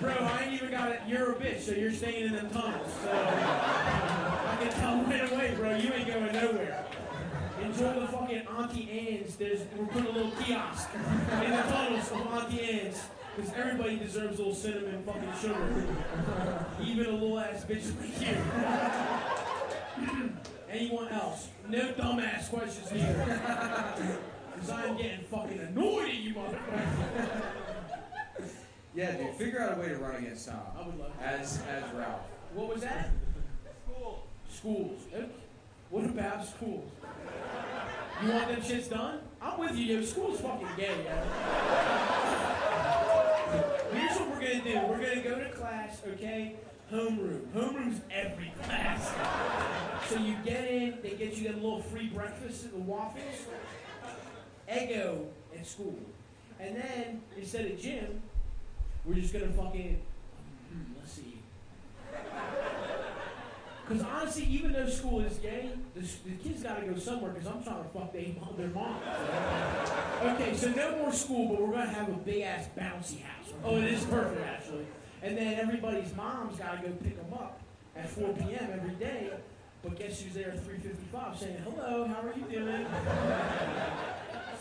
bro, I ain't even got it. You're a bitch, so you're staying in the tunnels. So I can tell right away, bro. You ain't going nowhere. Enjoy the fucking Auntie Anne's. There's we're putting a little kiosk in the tunnels of Auntie Anne's. Because everybody deserves a little cinnamon fucking sugar. Even a little ass bitch like you. Anyone else? No dumbass questions here. Because I'm getting fucking annoyed at you, motherfucker.
Yeah, dude. Figure out a way to run against Tom.
I would love that.
As as Ralph.
What was that? Schools. Schools. Okay. What about schools? You want them shits done? I'm with you, yo. School's fucking gay, yo. Here's what we're gonna do. We're gonna go to class, okay? Homeroom. Homeroom's every class. So you get in, they get you that little free breakfast at the waffles. Ego at school. And then instead of gym, we're just gonna fucking hmm, let's see. Because honestly, even though school is gay, the, s- the kids got to go somewhere because I'm trying to fuck they, mom, their mom. okay, so no more school, but we're going to have a big ass bouncy house. Oh, it is perfect, actually. And then everybody's mom's got to go pick them up at 4 p.m. every day. But guess who's there at 3.55 saying, hello, how are you doing?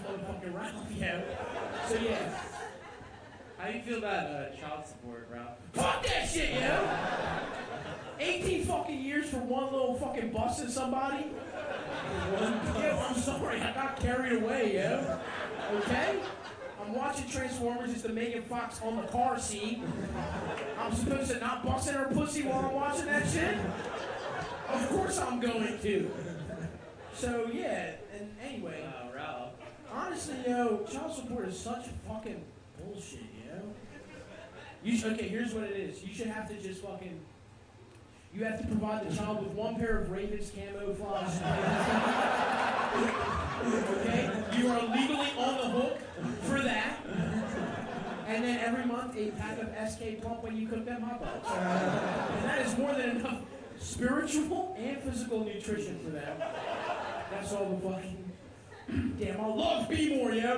This motherfucking Ralph, yo. So yeah,
How do you feel about uh, child support, bro?
Fuck that shit, yo! 18 fucking years for one little fucking bust in somebody? Yo, I'm sorry, I got carried away, yo. Okay? I'm watching Transformers, it's the Megan Fox on the car scene. I'm supposed to not bust in her pussy while I'm watching that shit? Of course I'm going to. So, yeah, and anyway.
Wow, Uh, Ralph.
Honestly, yo, child support is such fucking bullshit, yo. You should, okay, here's what it is. You should have to just fucking. You have to provide the child with one pair of Ravens camouflage. okay? You are legally on the hook for that. And then every month, a pack of SK Plump when you cook them hot dogs. And that is more than enough spiritual and physical nutrition for them. That's all the fucking. Damn, I love B-more, yo.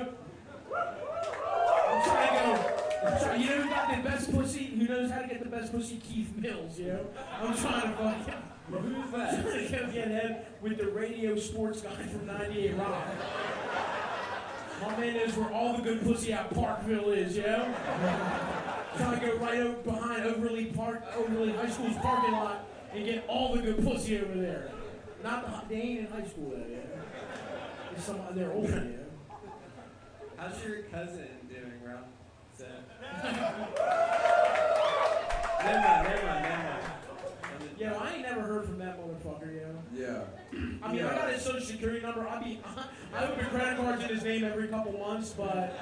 I'm trying to go. I'm trying, you know who got the best pussy? Who knows how to get the best pussy? Keith Mills, yo. I'm trying to fucking.
Who's
I'm
that?
trying to go get him with the radio sports guy from 98 Rock. My man knows where all the good pussy at Parkville is, yo. Trying to go right over behind Overly Park, Overly High School's parking lot and get all the good pussy over there. Not the, they ain't in high school though, yo. It's some, they're older, yo.
How's your cousin doing, Ralph? So. never mind, never mind, never mind.
Yo, I ain't never heard from that motherfucker, yo.
Yeah.
I mean, I got his social security number. I be, I open credit cards in his name every couple months, but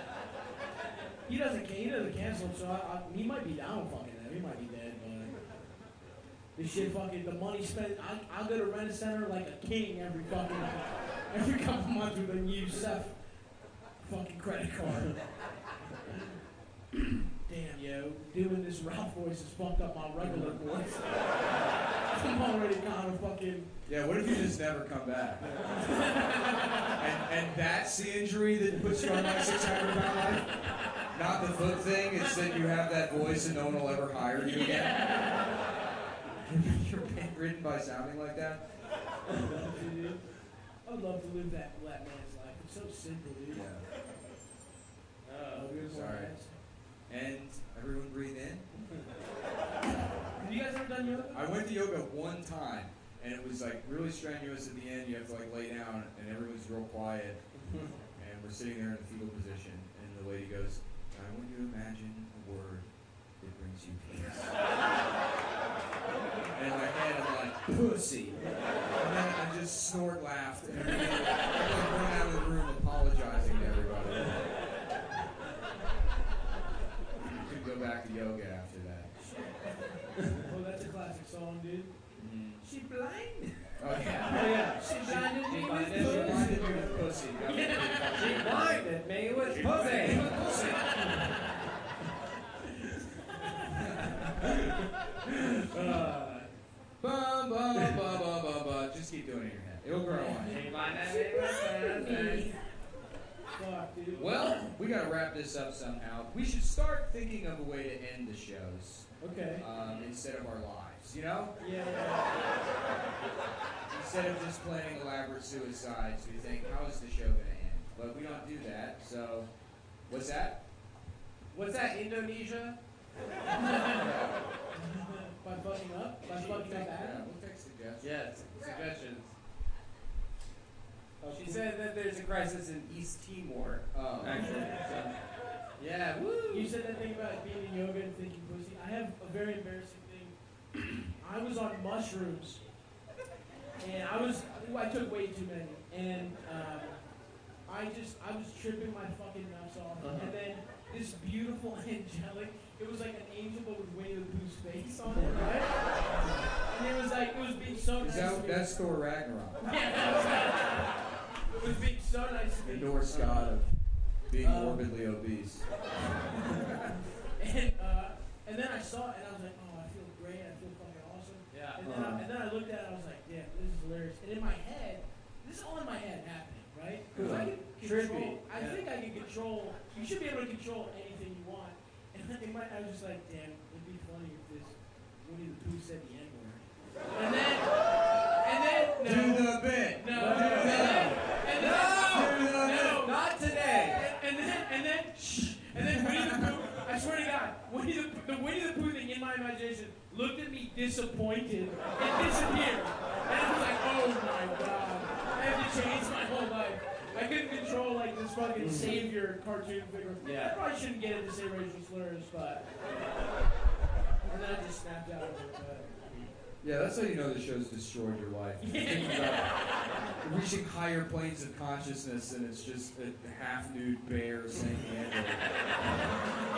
he doesn't, ca- he doesn't cancel them, so I, I, he might be down fucking that. He might be dead, but the shit fucking, the money spent, I, I go to rent a center like a king every fucking, every couple months with a new Seth fucking credit card. Damn, yo, doing this Ralph voice has fucked up my regular voice. I'm already kind of fucking.
Yeah, what if you just never come back? and, and that's the injury that puts you on that 600 pound life? Not the foot thing, it's that you have that voice and no one will ever hire you again. You're bedridden by sounding like that?
I'd love to live that that man's life. It's so simple, dude.
Yeah.
Oh, here's
sorry.
one.
And everyone breathe in.
Have you guys ever done yoga?
I went to yoga one time, and it was like really strenuous at the end. You have to like lay down, and everyone's real quiet, and we're sitting there in a fetal position, and the lady goes, "I want you to imagine a word that brings you peace." and in my head, I'm like, "Pussy," and then I just snort laughed, and everyone- everyone went out of the room apologizing to everybody. Could go back to yoga after that.
Oh, that's a classic song, dude.
Mm.
She blinded.
Oh yeah.
Oh, yeah.
She blinded me with
She blinded
pussy.
She blinded me with pussy. Uh,
Bum, bum, bum, bum, bum, bum. Just keep doing it in your head. It'll grow on you.
she blinded me with pussy.
Fuck, dude.
Well, we gotta wrap this up somehow. We should start thinking of a way to end the shows
Okay.
um, instead of our lives. You know,
Yeah, yeah.
instead of just planning elaborate suicides, we think, how is the show gonna end? But we don't do that. So, what's that?
What's that, Indonesia?
By fucking up? By fucking up
Yeah,
Adam?
we'll take suggestions.
Yes, suggestions.
Oh,
She
cool.
said that there's a crisis in East Timor.
Oh,
Actually, so. yeah, woo!
You said that thing about being in yoga and thinking pussy. I have a very embarrassing thing. I was on mushrooms, and I was I took way too many, and um, I just I was tripping my fucking nuts off,
Uh-huh.
and then this beautiful angelic, it was like an angel but with Winnie the Pooh's face on it, right? And it was like it was being so
is
nice. to
that
me.
that's Thor Ragnarok?
Yeah, it was being so nice to
The
me.
Norse god of being
Um,
morbidly obese.
And, uh, and then I saw it and I was like, oh, I feel great. I feel fucking awesome.
Yeah.
And then, I, and then I looked at it and I was like, damn, this is hilarious. And in my head, this is all in my head happening, right? Because I could control,
Trippy,
I
yeah.
think I can control, you should be able to control anything you want. And in my, I was just like, damn, it'd be funny if this Winnie the Pooh said the N-word. And then, and then, no.
Do the bit.
no, no, and then, and then,
No!
no,
Not today!
and then, and then, shh, and then Winnie the Pooh. I swear imagination, looked at me disappointed, and disappeared. And I was like, oh my god, I have to change my whole life. I couldn't control like this fucking savior cartoon figure.
Yeah.
I probably shouldn't get into say racial slurs, but. And then I just snapped out of it. But...
Yeah, that's how you know the show's destroyed your life. Think about it. Reaching higher planes of consciousness, and it's just a half nude bear saying, yeah,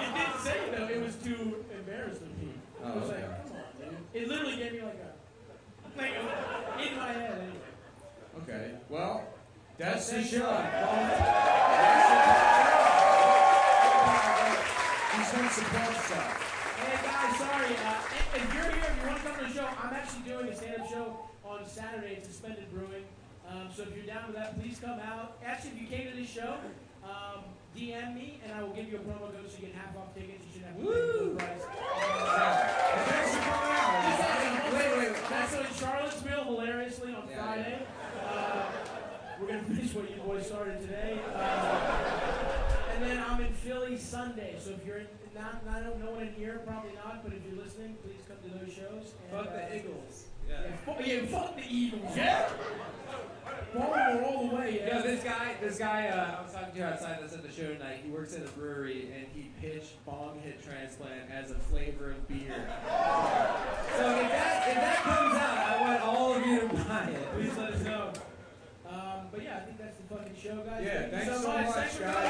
It didn't say it, though. It was too embarrassing. I
Oh,
was
okay.
like, come on, dude. It literally gave me like a, like a, in my head. Anyway.
Okay, well, that's the show. He's done support stuff.
Hey guys, sorry. Uh, if- if you're here, if you want to come to the show, I'm actually doing a stand-up show on Saturday at Suspended Brewing. Um, so if you're down with that, please come out. Actually, if you came to this show, um, DM me and I will give you a promo code so you get half off tickets. You should have Woo! price.
Thanks for coming out. Wait, wait, wait.
That's in Charlottesville, hilariously on
Yeah,
Friday. Uh, we're gonna finish what you boys started today. Uh, and then I'm in Philly Sunday. So if you're in, not, I don't know one in here, probably not. But if you're listening, please come to those shows. And,
Fuck
uh,
the Eagles.
Yeah, fuck, yeah, fuck the Eagles. Yeah. Baltimore all the way.
You know,
Yeah.
this guy, this guy uh, I was talking to outside this at the show tonight, he works at a brewery and he pitched bong hit transplant as a flavor of beer. so if that, if that comes out, I want all of you to buy it.
Please let us know. Um, but yeah, I think that's the fucking show, guys.
Yeah,
Thank you
thanks so much,
Thanks for
guys.
coming.